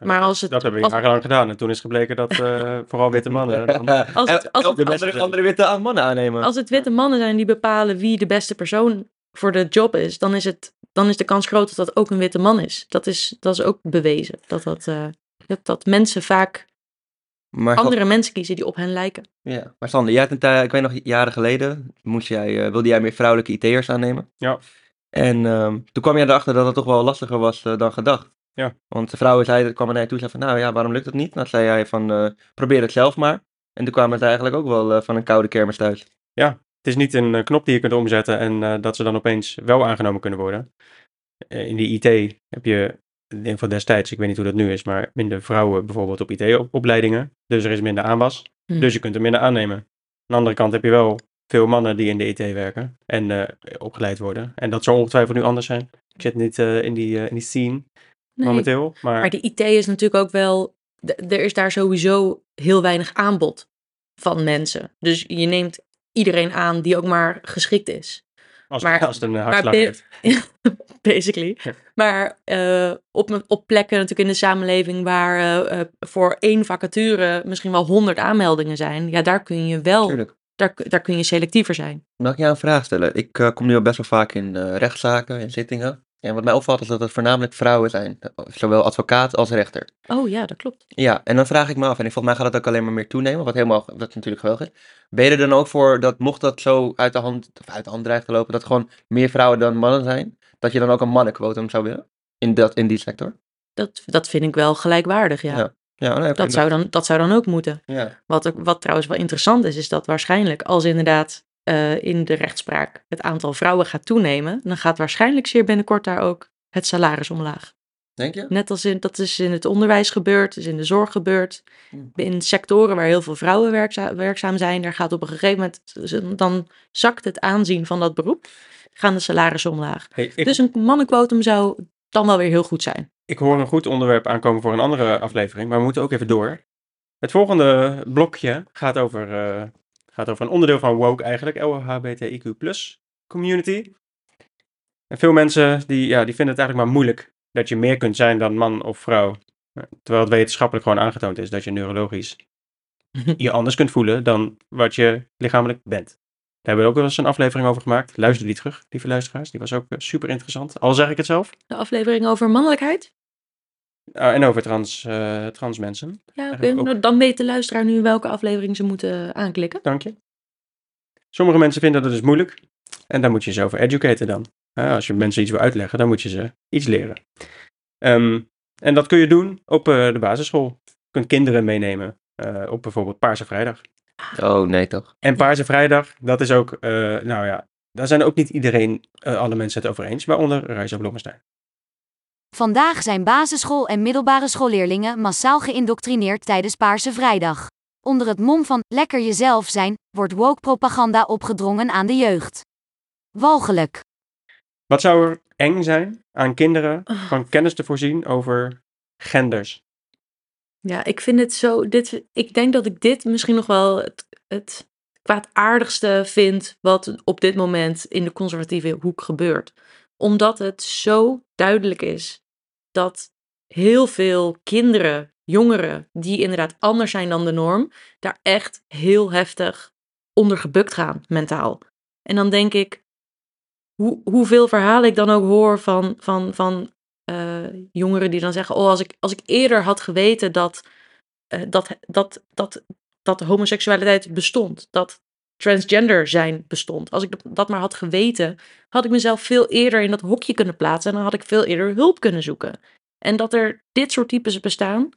B: Maar als het.
A: Dat hebben we
B: als-
A: jarenlang gedaan. En toen is gebleken dat eh, vooral witte mannen... dan-
B: als het-
C: En-
B: als
C: en
B: het-
C: de andere, andere witte mannen aannemen.
B: Als het witte mannen zijn die bepalen wie de beste persoon voor de job is, dan is, het, dan is de kans groot dat dat ook een witte man is. Dat is, dat is ook bewezen. Dat, dat, eh, dat, dat mensen vaak
C: maar, Sa-
B: andere mensen kiezen die op hen lijken.
C: ja. maar Sander, jij hebt een tijd, ik weet nog jaren geleden, moest jij, eh, wilde jij meer vrouwelijke IT'ers aannemen.
A: Ja.
C: En ehm, toen kwam jij erachter dat het toch wel lastiger was eh, dan gedacht.
A: Ja.
C: Want de vrouwen zeiden, kwamen naar je toe en zeiden van, nou ja, waarom lukt dat niet? Dan zei jij van, eh, probeer het zelf maar. En toen kwamen ze eigenlijk ook wel eh, van een koude kermis thuis.
A: Het is niet een eh, knop die je kunt omzetten en eh, dat ze dan opeens wel aangenomen kunnen worden. Eh, in de IT heb je, in ieder geval destijds, ik weet niet hoe dat nu is, maar minder vrouwen bijvoorbeeld op IT-opleidingen. Dus er is minder aanwas.
B: Hmm.
A: Dus je kunt er minder aannemen. Aan de andere kant heb je wel veel mannen die in de IT werken en eh, opgeleid worden. En dat zou ongetwijfeld nu anders zijn. Ik zit niet eh, in, die, eh, in die scene
B: Nee.
A: momenteel. Maar,
B: Maar de IT is natuurlijk ook wel. d- Er is daar sowieso heel weinig aanbod van mensen. Dus je neemt iedereen aan die ook maar geschikt is.
A: als,
B: maar-
A: als het een
B: maar
A: hartslag
B: ben-
A: heeft.
B: Basically.
A: Ja.
B: Maar eh, op, op plekken natuurlijk in de samenleving waar eh, eh, voor één vacature misschien wel honderd aanmeldingen zijn. Ja, daar kun je
A: Oh.
B: wel.
C: Tuurlijk.
B: Daar, daar kun je selectiever zijn.
C: Mag ik jou een vraag stellen? Ik eh, kom nu al best wel vaak in eh, rechtszaken, in zittingen. En wat mij opvalt is dat het voornamelijk vrouwen zijn. eh, Zowel advocaat als rechter.
B: Oh ja, dat klopt.
C: Ja, en dan vraag ik me af, en volgens mij gaat het ook alleen maar meer toenemen, wat helemaal, wat natuurlijk geweldig is. Ben je er dan ook voor dat, mocht dat zo uit de hand, of uit de hand dreigt te lopen, dat gewoon meer vrouwen dan mannen zijn, dat je dan ook een mannenquotum zou willen? In, dat, in die sector?
B: Dat, dat vind ik wel gelijkwaardig, ja.
C: Ja, Ja, nee, oké,
B: Dat, zou dan, dat zou dan ook moeten.
C: Ja,
B: Wat, ook- wat trouwens wel interessant is, is dat waarschijnlijk als inderdaad eh, in de rechtspraak het aantal vrouwen gaat toenemen, dan gaat waarschijnlijk zeer binnenkort daar ook het salaris omlaag.
C: denk je?
B: Net als in, dat is in het onderwijs gebeurd, is in de zorg gebeurd.
A: Mhm.
C: Hmm.
B: In sectoren waar heel veel vrouwen werkza- werkzaam zijn, daar gaat op een gegeven moment, dan zakt het aanzien van dat beroep, gaan de salarissen omlaag.
A: Hey, ik,
B: Dus een mannenquotum zou dan wel weer heel goed zijn.
A: Ik hoor een goed onderwerp aankomen voor een andere aflevering, maar we moeten ook even door. Het volgende blokje gaat over, eh, gaat over een onderdeel van woke eigenlijk, LHBTIQ community. En veel mensen die, ja, die vinden het eigenlijk maar moeilijk dat je meer kunt zijn dan man of vrouw. Terwijl het wetenschappelijk gewoon aangetoond is dat je neurologisch je anders kunt voelen dan wat je lichamelijk bent. Daar hebben we ook wel eens een aflevering over gemaakt. Luister die terug, lieve luisteraars. Die was ook eh, super interessant. Al zeg ik het zelf.
B: De aflevering over mannelijkheid?
A: Ah, en over trans, eh, trans mensen.
B: Ja, oké.
A: Eigenlijk ook.
B: Nou, Dan weet de luisteraar nu welke aflevering ze moeten aanklikken.
A: Dank je. Sommige mensen vinden dat dus moeilijk. En daar moet je ze over educaten dan. Ja, als je mensen iets wil uitleggen, dan moet je ze iets leren. Ehm, en dat kun je doen op eh, de basisschool. Je kunt kinderen meenemen eh, op bijvoorbeeld Paarse Vrijdag.
C: Oh, nee toch.
A: En Paarse Vrijdag, dat is ook, eh, nou ja, Daar zijn ook niet iedereen, eh, alle mensen het over eens, waaronder Reisa Blommestein.
D: Vandaag zijn basisschool- en middelbare schoolleerlingen massaal geïndoctrineerd tijdens Paarse Vrijdag. Onder het mom van lekker jezelf zijn wordt woke propaganda opgedrongen aan de jeugd. Walgelijk.
A: Wat zou er eng zijn aan kinderen
B: Ah.
A: van kennis te voorzien over genders?
B: Ja, ik vind het zo. Dit, ik denk dat ik dit misschien nog wel het, het kwaadaardigste vind wat op dit moment in de conservatieve hoek gebeurt. Omdat het zo duidelijk is dat heel veel kinderen, jongeren, die inderdaad anders zijn dan de norm, daar echt heel heftig onder gebukt gaan mentaal. En dan denk ik, hoe, hoeveel verhalen ik dan ook hoor van, van, van eh, jongeren die dan zeggen: Oh, als ik, als ik eerder had geweten dat, eh, dat, dat, dat, dat homoseksualiteit bestond, dat transgender zijn bestond, als ik dat, dat maar had geweten, had ik mezelf veel eerder in dat hokje kunnen plaatsen en dan had ik veel eerder hulp kunnen zoeken. En dat er dit soort types bestaan,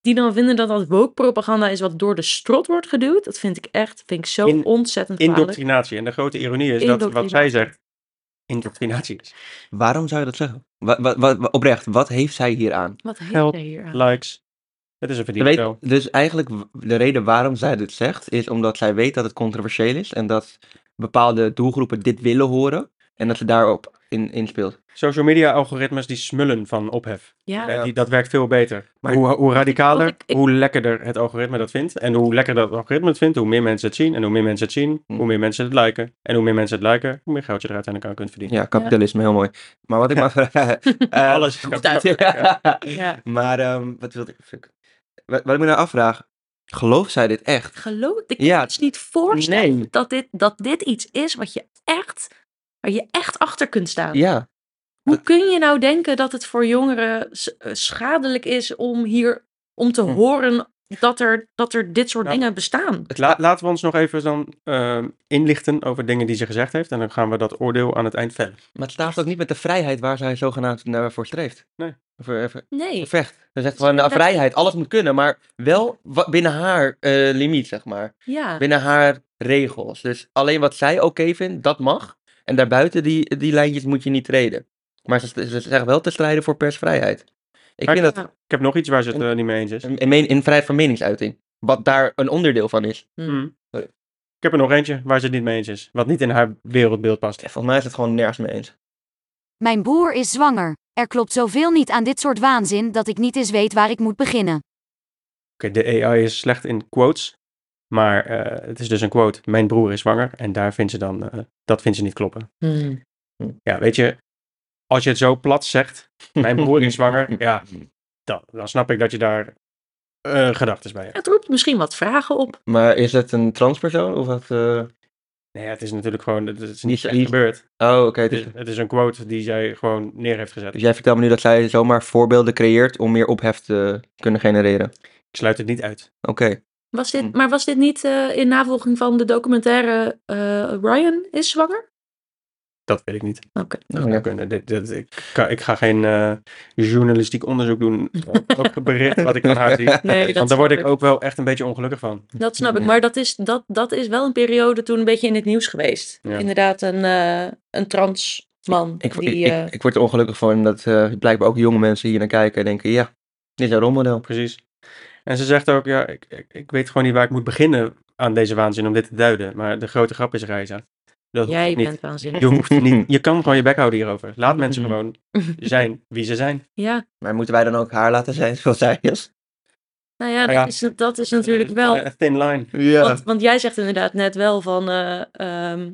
B: die dan vinden dat dat woke propaganda is wat door de strot wordt geduwd, dat vind ik echt vind ik zo
A: In-
B: ontzettend kwalijk.
A: Indoctrinatie. En de grote ironie is dat wat zij
B: Indoctrinatie.
A: zegt, indoctrinatie is.
C: Waarom zou je dat zeggen? Wa- wa- wa- wa- oprecht, wat heeft zij hier aan?
B: Wat heeft
A: Geld,
B: hij hier aan?
A: Likes. Het is een
C: Ze
A: verdiend
C: weet,
A: spel.
C: dus eigenlijk w- de reden waarom zij dit zegt, is omdat zij weet dat het controversieel is en dat bepaalde doelgroepen dit willen horen en dat ze daarop in, inspeelt.
A: Social media algoritmes die smullen van ophef.
B: Ja,
A: Eh, die, dat werkt veel beter.
C: Maar-
A: hoe, hoe radicaler,
B: Wat ik- ik-
A: hoe lekkerder het algoritme dat vindt. En hoe lekkerder het algoritme het vindt, hoe meer mensen het zien. En hoe meer mensen het zien,
C: Hm.
A: hoe meer mensen het liken. En hoe meer mensen het liken, hoe meer geld je er uiteindelijk aan kunt verdienen.
C: Ja, kapitalisme, heel mooi. Maar wat ik maar vraag... eh,
A: Alles is kapitalisme,
B: Ja.
C: Maar ehm, wat wilde ik... fuck. Wat, wat ik me nou afvraag, gelooft zij dit echt?
B: geloof ik kan
C: Ja,
B: me iets niet voorstellen
C: nee.
B: dat, dit, dat dit iets is wat je echt, waar je echt achter kunt staan.
C: Ja,
B: Hoe kun je nou denken dat het voor jongeren s- eh, schadelijk is om hier om te
A: Hm.
B: horen dat er, dat er dit soort
A: Nou,
B: dingen bestaan?
A: La- laten we ons nog even dan ehm, inlichten over dingen die ze gezegd heeft. En dan gaan we dat oordeel aan het eind vellen.
C: maar het staat ook niet met de vrijheid waar zij zogenaamd naar voor streeft.
A: Nee.
C: Voor, eh, voor-
B: Nee.
C: vecht. Ze zegt van, nou,
B: Dat-
C: vrijheid, alles moet kunnen, maar wel wa- binnen haar eh, limiet, zeg maar.
B: Ja.
C: binnen haar regels. Dus alleen wat zij oké vindt, dat mag. En daarbuiten die, die lijntjes moet je niet treden. Maar ze, ze zeggen wel te strijden voor persvrijheid. Ik
A: Maar-
C: vind dat
A: Ik heb nog iets waar ze het
C: En-
A: eh, niet mee eens is.
C: in, in, in vrijheid van meningsuiting. Wat daar een onderdeel van is.
A: Hm.
C: Sorry.
A: Ik heb er nog eentje waar ze het niet mee eens is. Wat niet in haar wereldbeeld past.
C: Volgens mij is het gewoon nergens mee eens.
D: Mijn broer is zwanger. Er klopt zoveel niet aan dit soort waanzin dat ik niet eens weet waar ik moet beginnen.
A: Oké, de AI is slecht in quotes. Maar eh, het is dus een quote. Mijn broer is zwanger. En daar vindt ze dan, eh, dat vindt ze niet kloppen.
B: Hm.
A: Ja, weet je, als je het zo plat zegt, mijn broer is zwanger, ja, dan, dan snap ik dat je daar eh gedachten bij hebt.
B: Het roept misschien wat vragen op.
C: Maar is het een transpersoon? Of wat, eh,
A: Nee, het is natuurlijk gewoon, het is
C: Niet
A: niet echt
C: niet-
A: gebeurd.
C: Oh, oké.
A: Het
C: dus,
A: is, het is een quote die zij gewoon neer heeft gezet.
C: dus jij vertelt me nu dat zij zomaar voorbeelden creëert om meer ophef te kunnen genereren.
A: Ik sluit het niet uit.
C: Oké.
B: Was dit,
C: Hm.
B: maar was dit niet eh, in navolging van de documentaire eh, Ryan is zwanger?
A: Dat weet ik niet. Dat
B: Oké.
C: Oh,
A: zou
C: ja.
A: Nou, kunnen. Dit- dit- ik, ga, ik ga geen eh, journalistiek onderzoek doen op- op het bericht wat ik van haar zie.
B: Nee, dat
A: Want daar word
B: snap
A: ik ook wel echt een beetje ongelukkig van.
B: Dat snap ik, maar dat is, dat, dat is wel een periode toen een beetje in het nieuws geweest.
A: Ja.
B: Inderdaad, een, eh, een trans man.
C: Ik,
B: die,
C: ik,
B: eh,
C: ik, ik word er ongelukkig van dat eh, blijkbaar ook jonge mensen hier naar kijken en denken, ja, dit is een rolmodel.
A: Precies. En ze zegt ook, ja, ik, ik, ik weet gewoon niet waar ik moet beginnen aan deze waanzin om dit te duiden. Maar de grote grap is, Reiza, dat hoeft
B: jij
A: niet.
B: bent waanzinnig.
A: Je, hoeft niet. je kan gewoon je bek houden hierover. Laat mensen gewoon zijn wie ze zijn.
B: ja,
C: Maar moeten wij dan ook haar laten zijn zoals zij is?
B: nou ja,
A: Ja.
B: dat is, dat is natuurlijk wel.
A: A Eh, thin line.
C: Ah, Ja.
B: Want, want jij zegt inderdaad net wel van. eh, ehm,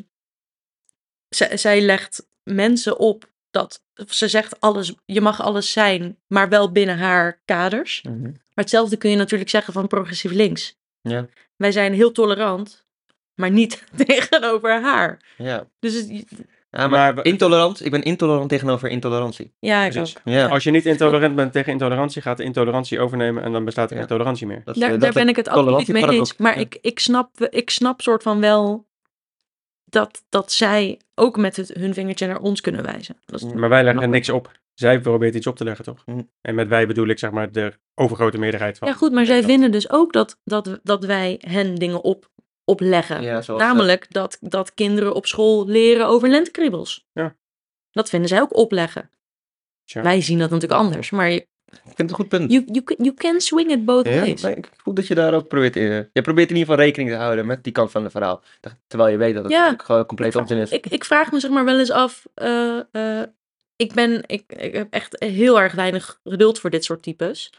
B: zij- zij legt mensen op dat. Ze zegt alles, je mag alles zijn, maar wel binnen haar kaders.
C: Mhm.
B: Maar hetzelfde kun je natuurlijk zeggen van progressief links.
C: Ja.
B: Wij zijn heel tolerant, maar niet tegenover haar.
C: ja.
B: Dus het,
C: Ja, maar,
A: Maar we-
C: intolerant, ik ben intolerant tegenover intolerantie.
B: ja, ik
A: Precies.
B: ook.
C: Ja,
A: Als je niet intolerant bent tegen intolerantie, gaat de intolerantie overnemen en dan bestaat er geen
C: Ja.
A: tolerantie meer.
C: dat,
B: Daar,
C: Dus, eh, dat-
B: daar ben ik het absoluut mee
C: tolerantieparadox.
B: eens. Maar
C: Ja.
B: ik, ik, snap, ik snap soort van wel dat, dat zij ook met het, hun vingertje naar ons kunnen wijzen. Dat
C: Mm,
B: is-
A: Maar wij leggen
C: Mag-
A: niks op. Zij probeert iets op te leggen, toch?
C: Hm.
A: En met wij bedoel ik zeg maar de overgrote meerderheid van.
B: ja, goed, maar zij
A: Nederland.
B: vinden dus ook dat, dat, dat wij hen dingen op opleggen.
C: Ja, zoals eh,
B: Namelijk dat, dat kinderen op school leren over lentekriebels.
A: Ja.
B: Dat vinden zij ook opleggen.
A: Tja.
B: Wij zien dat natuurlijk anders, maar je-
C: ik vind het een goed punt.
B: you, you, can- you can swing it both
C: Ja,
B: ways.
C: maar ik voel dat je daar ook probeert in. Je probeert in ieder geval rekening te houden met die kant van het verhaal. Te- Terwijl je weet dat het
B: Ja.
C: ook gewoon compleet onzin is.
B: Ik, ik vraag me zeg maar wel eens af. eh, eh, ik ben, ik, ik heb echt heel erg weinig geduld voor dit soort types.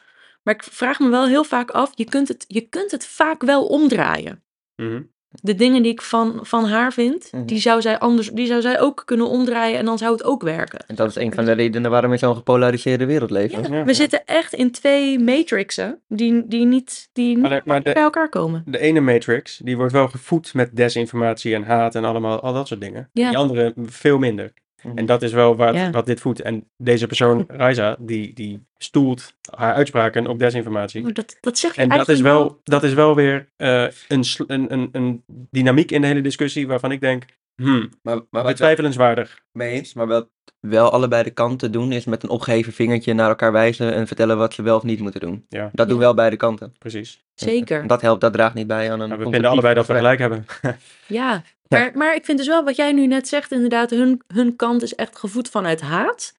B: Maar ik vraag me wel heel vaak af. Je kunt het, je kunt het vaak wel omdraaien.
A: Mhm.
B: De dingen die ik van, van haar vind,
C: Mhm.
B: die, zou zij anders, die zou zij ook kunnen omdraaien en dan zou het ook werken.
C: En dat is een van de redenen waarom we in zo'n gepolariseerde wereld leven.
A: Ja.
B: We zitten echt in twee matrixen die, die niet, die niet
A: Maar, maar de,
B: bij elkaar komen.
A: de ene Matrix, die wordt wel gevoed met desinformatie en haat en allemaal, al dat soort dingen.
B: Ja.
A: Die andere veel minder.
C: Mhm.
A: En dat is wel wat,
B: Ja.
A: wat dit voedt. En deze persoon, Raisa, die, die stoelt haar uitspraken op desinformatie.
B: Maar Oh, Dat, dat zeg je
A: En dat is,
B: eigenlijk
A: wel, dat is wel weer eh, een, sl- een, een, een dynamiek in de hele discussie waarvan ik denk, hmm,
C: Maar, maar wat wij
A: betwijfelenswaardig.
C: mee eens, maar wat wel allebei de kanten doen, is met een opgeheven vingertje naar elkaar wijzen en vertellen wat ze wel of niet moeten doen.
A: Ja.
C: Dat doen
B: Ja.
C: wel beide kanten.
A: Precies.
B: Zeker.
C: Dat helpt, dat draagt niet bij aan een.
A: Maar we
C: constructief
A: vinden allebei dat we
C: gesprek.
A: gelijk hebben.
B: Ja, maar, maar ik vind dus wel wat jij nu net zegt, inderdaad, hun, hun kant is echt gevoed vanuit haat.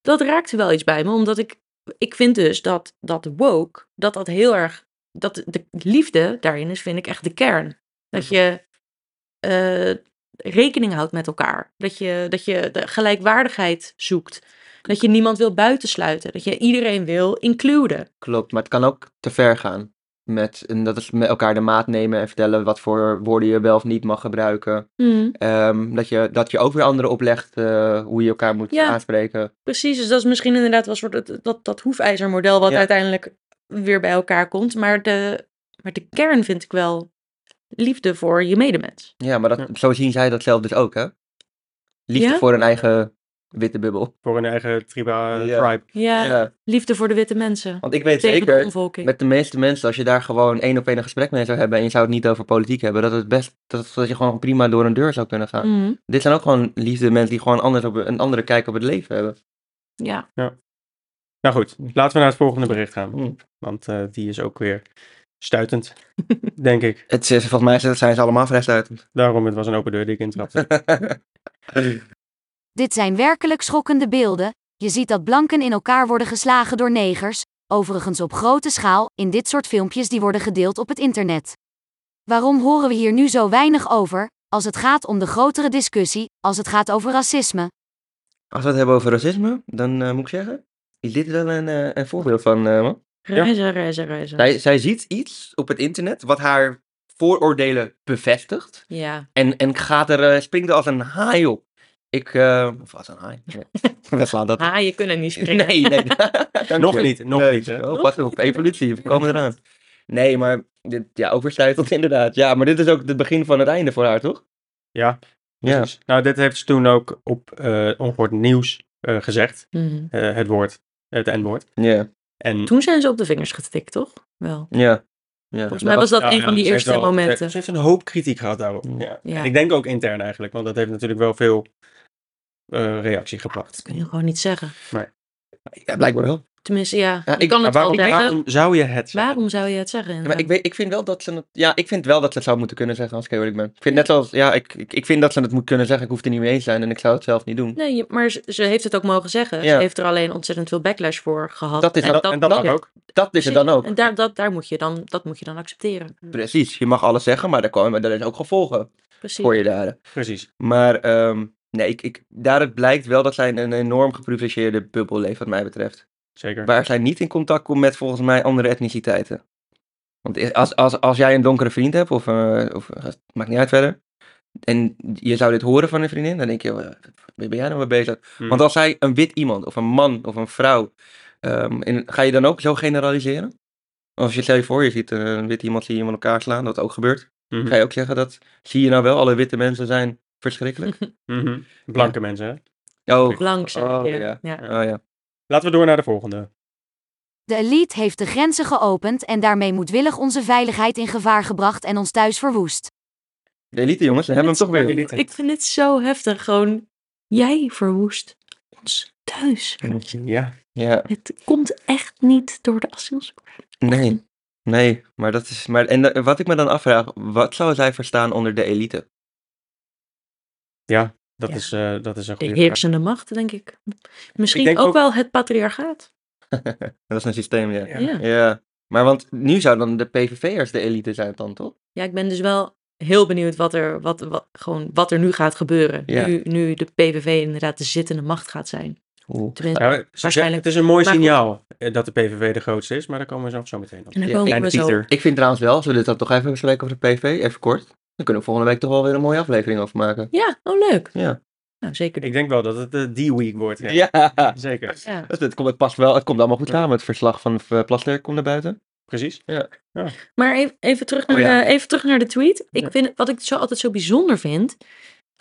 B: Dat raakt wel iets bij me, omdat ik, ik vind dus dat, dat woke, dat dat heel erg, dat de liefde daarin is, vind ik echt de kern. Dat je eh, rekening houdt met elkaar, dat je, dat je de gelijkwaardigheid zoekt, dat je niemand wil buitensluiten, dat je iedereen wil includen.
C: Klopt, maar het kan ook te ver gaan. Met, en dat is met elkaar de maat nemen en vertellen wat voor woorden je wel of niet mag gebruiken. Ehm, dat, je, dat je ook weer anderen oplegt eh, hoe je elkaar moet
B: Ja.
C: aanspreken.
B: Precies, dus dat is misschien inderdaad wel een soort dat, dat, dat hoefijzermodel wat
C: Ja.
B: uiteindelijk weer bij elkaar komt. Maar de, maar de kern vind ik wel liefde voor je medemens.
C: Ja, maar dat,
A: Ja.
C: zo zien zij dat zelf dus ook, hè? Liefde
B: Ja?
C: voor hun eigen witte bubbel.
A: Voor een eigen triba,
C: Ja.
A: tribe.
B: Ja,
C: Ja,
B: liefde voor de witte mensen.
C: want ik weet
B: Tegen de
C: zeker,
B: omvolking.
C: met de meeste mensen, als je daar gewoon één op één een gesprek mee zou hebben en je zou het niet over politiek hebben, dat het best, dat, dat je gewoon prima door een deur zou kunnen gaan.
B: Mhm,
C: Dit zijn ook gewoon liefde mensen die gewoon anders op, een andere kijk op het leven hebben.
B: ja.
A: Nou goed, laten we naar het volgende bericht gaan.
C: Hm.
A: Want eh, die is ook weer stuitend, denk ik.
C: Het is, volgens mij zijn- zijn ze allemaal vrijstuitend.
A: Daarom, het was een open deur die ik intrapte.
D: Dit zijn werkelijk schokkende beelden. Je ziet dat blanken in elkaar worden geslagen door negers, overigens op grote schaal, in dit soort filmpjes die worden gedeeld op het internet. Waarom horen we hier nu zo weinig over, als het gaat om de grotere discussie, als het gaat over racisme?
C: Als we het hebben over racisme, dan eh, moet ik zeggen, is dit wel een, eh, een voorbeeld van, eh, man.
B: Reizen, reizen, reizen.
C: Zij, zij ziet iets op het internet wat haar vooroordelen bevestigt.
B: Ja,
C: En, en gaat er, eh, springt er als een haai op. Ik, eh, of als een haai. Nee. We slaan dat.
B: ah, je kunnen niet
C: Nee,
B: springen.
C: nee. Dank
A: nog
C: je.
A: niet, nog
C: Nee,
A: niet. Hè?
C: oh, pas op, evolutie, we komen eraan. Nee, maar, dit, ja, overstuitend inderdaad. Ja, maar dit is ook het begin van het einde voor haar, toch?
A: Ja,
C: Ja.
A: precies. Nou, dit heeft ze toen ook op eh ongehoord nieuws eh, gezegd.
B: Mhm.
A: Eh, het woord, het N-woord.
C: Ja,
A: En
B: Toen zijn ze op de vingers getikt, toch? Wel.
C: ja. ja. Nou,
B: Volgens mij was dat
A: Ja,
B: een
A: ja,
B: van die
A: ze heeft
B: eerste
A: wel-
B: momenten.
A: eh, Ze heeft een hoop kritiek gehad daarop. Ja.
B: Ja.
A: En ik denk ook intern eigenlijk, want dat heeft natuurlijk wel veel eh, reactie gebracht.
B: Dat kun je gewoon niet zeggen.
C: Ja, blijkbaar wel.
B: Tenminste, ja,
C: Ja,
B: je
C: ik-
B: kan het
A: Maar waarom,
B: wel zeggen.
A: waarom zou je het zeggen?
B: Waarom zou je het zeggen?
C: Ja, maar ik, weet, ik vind wel dat ze het. Ja, ik vind wel dat ze het zou moeten kunnen zeggen als ik heel eerlijk ben. Ik vind net als. Ja, ik, ik, ik vind dat ze het moet kunnen zeggen. Ik hoef het er niet mee eens te zijn en ik zou het zelf niet doen.
B: Nee, je- maar ze, ze heeft het ook mogen zeggen. Ze
C: Ja.
B: heeft er alleen ontzettend veel backlash voor gehad.
C: Dat is
A: En dat, en dat
C: dat-
A: mag ook.
C: Dat is het dan ook.
B: En daar, dat, daar moet je dan, dat moet je dan accepteren.
C: Precies. Je mag alles zeggen, maar daar komen daar is ook gevolgen
B: Precies.
C: voor je daden.
A: Precies.
C: Maar ehm, nee, ik, ik, daaruit blijkt wel dat zij in een enorm geprivilegeerde bubbel leeft, wat mij betreft.
A: Zeker.
C: Waar zij niet in contact komt met volgens mij andere etniciteiten. Want i- als, als, als jij een donkere vriend hebt, of, eh, of eh, maakt niet uit verder. En je zou dit horen van een vriendin, dan denk je, "Wa- waar ben jij nou mee bezig?
A: Hmm.
C: Want als zij een wit iemand, of een man, of een vrouw, ehm, in- ga je dan ook zo generaliseren? Als je stel je voor, je ziet eh, een wit iemand, zie je iemand elkaar slaan, dat ook gebeurt.
A: Mhm.
C: Ga je ook zeggen dat, zie je nou wel, alle witte mensen zijn verschrikkelijk?
A: Mhm. Blanke mensen, hè?
C: Oh,
B: Langzaam.
C: Oh,
B: ja.
C: ja.
B: Ja.
C: oh ja.
A: Laten we door naar de volgende.
D: De elite heeft de grenzen geopend en daarmee moedwillig onze veiligheid in gevaar gebracht en ons thuis verwoest.
C: De elite jongens, ze
B: Ik
C: hebben hem
B: vind
C: toch weer.
B: dit zo- Ik vind dit zo heftig. Gewoon, jij verwoest ons thuis.
A: Ja.
C: Ja,
B: Het komt echt niet door de asielzoekers.
C: nee. Nee, maar dat is. Maar, en da- wat ik me dan afvraag, wat zou zij verstaan onder de elite?
A: Ja, dat,
B: Ja.
A: Is, eh, dat is een
B: De
A: goede vraag.
B: heersende macht, denk ik. Misschien
A: denk
B: ook,
A: ook-
B: wel het patriarchaat.
C: Dat is een systeem, ja.
A: Ja.
B: Ja.
C: Ja.
B: Ja.
C: Maar want nu zou dan de PVV'ers de elite zijn dan, toch?
B: ik ben dus wel heel benieuwd wat er, wat, wat, gewoon wat er nu gaat gebeuren.
C: Ja.
B: Nu, nu de PVV inderdaad de zittende macht gaat zijn. Tenminste,
A: Nou, ze zeggen-
B: Waarschijnlijk.
A: Het is een mooi
B: Maar goed.
A: signaal eh, dat de PVV de grootste is, maar daar komen we zo- zo meteen op.
B: en dan
C: ja,
B: komen
A: kleine
B: we zo.
A: teaser.
C: Ik vind trouwens wel, als we dit dan toch even bespreken over de PV, even kort. Dan kunnen we volgende week toch wel weer een mooie aflevering over maken.
B: Ja, oh leuk.
C: Ja.
B: Nou, zeker.
A: Ik denk wel dat het eh, die week wordt. Ja. Zeker,
B: Ja.
C: Dus dit komt, het past wel, het komt allemaal goed samen. Het verslag van eh, Plasterk komt naar buiten.
A: precies.
B: Maar even, even, terug naar,
C: Oh ja.
B: de, even terug naar de tweet. Ik
C: Ja.
B: vind, het- wat ik zo altijd zo bijzonder vind,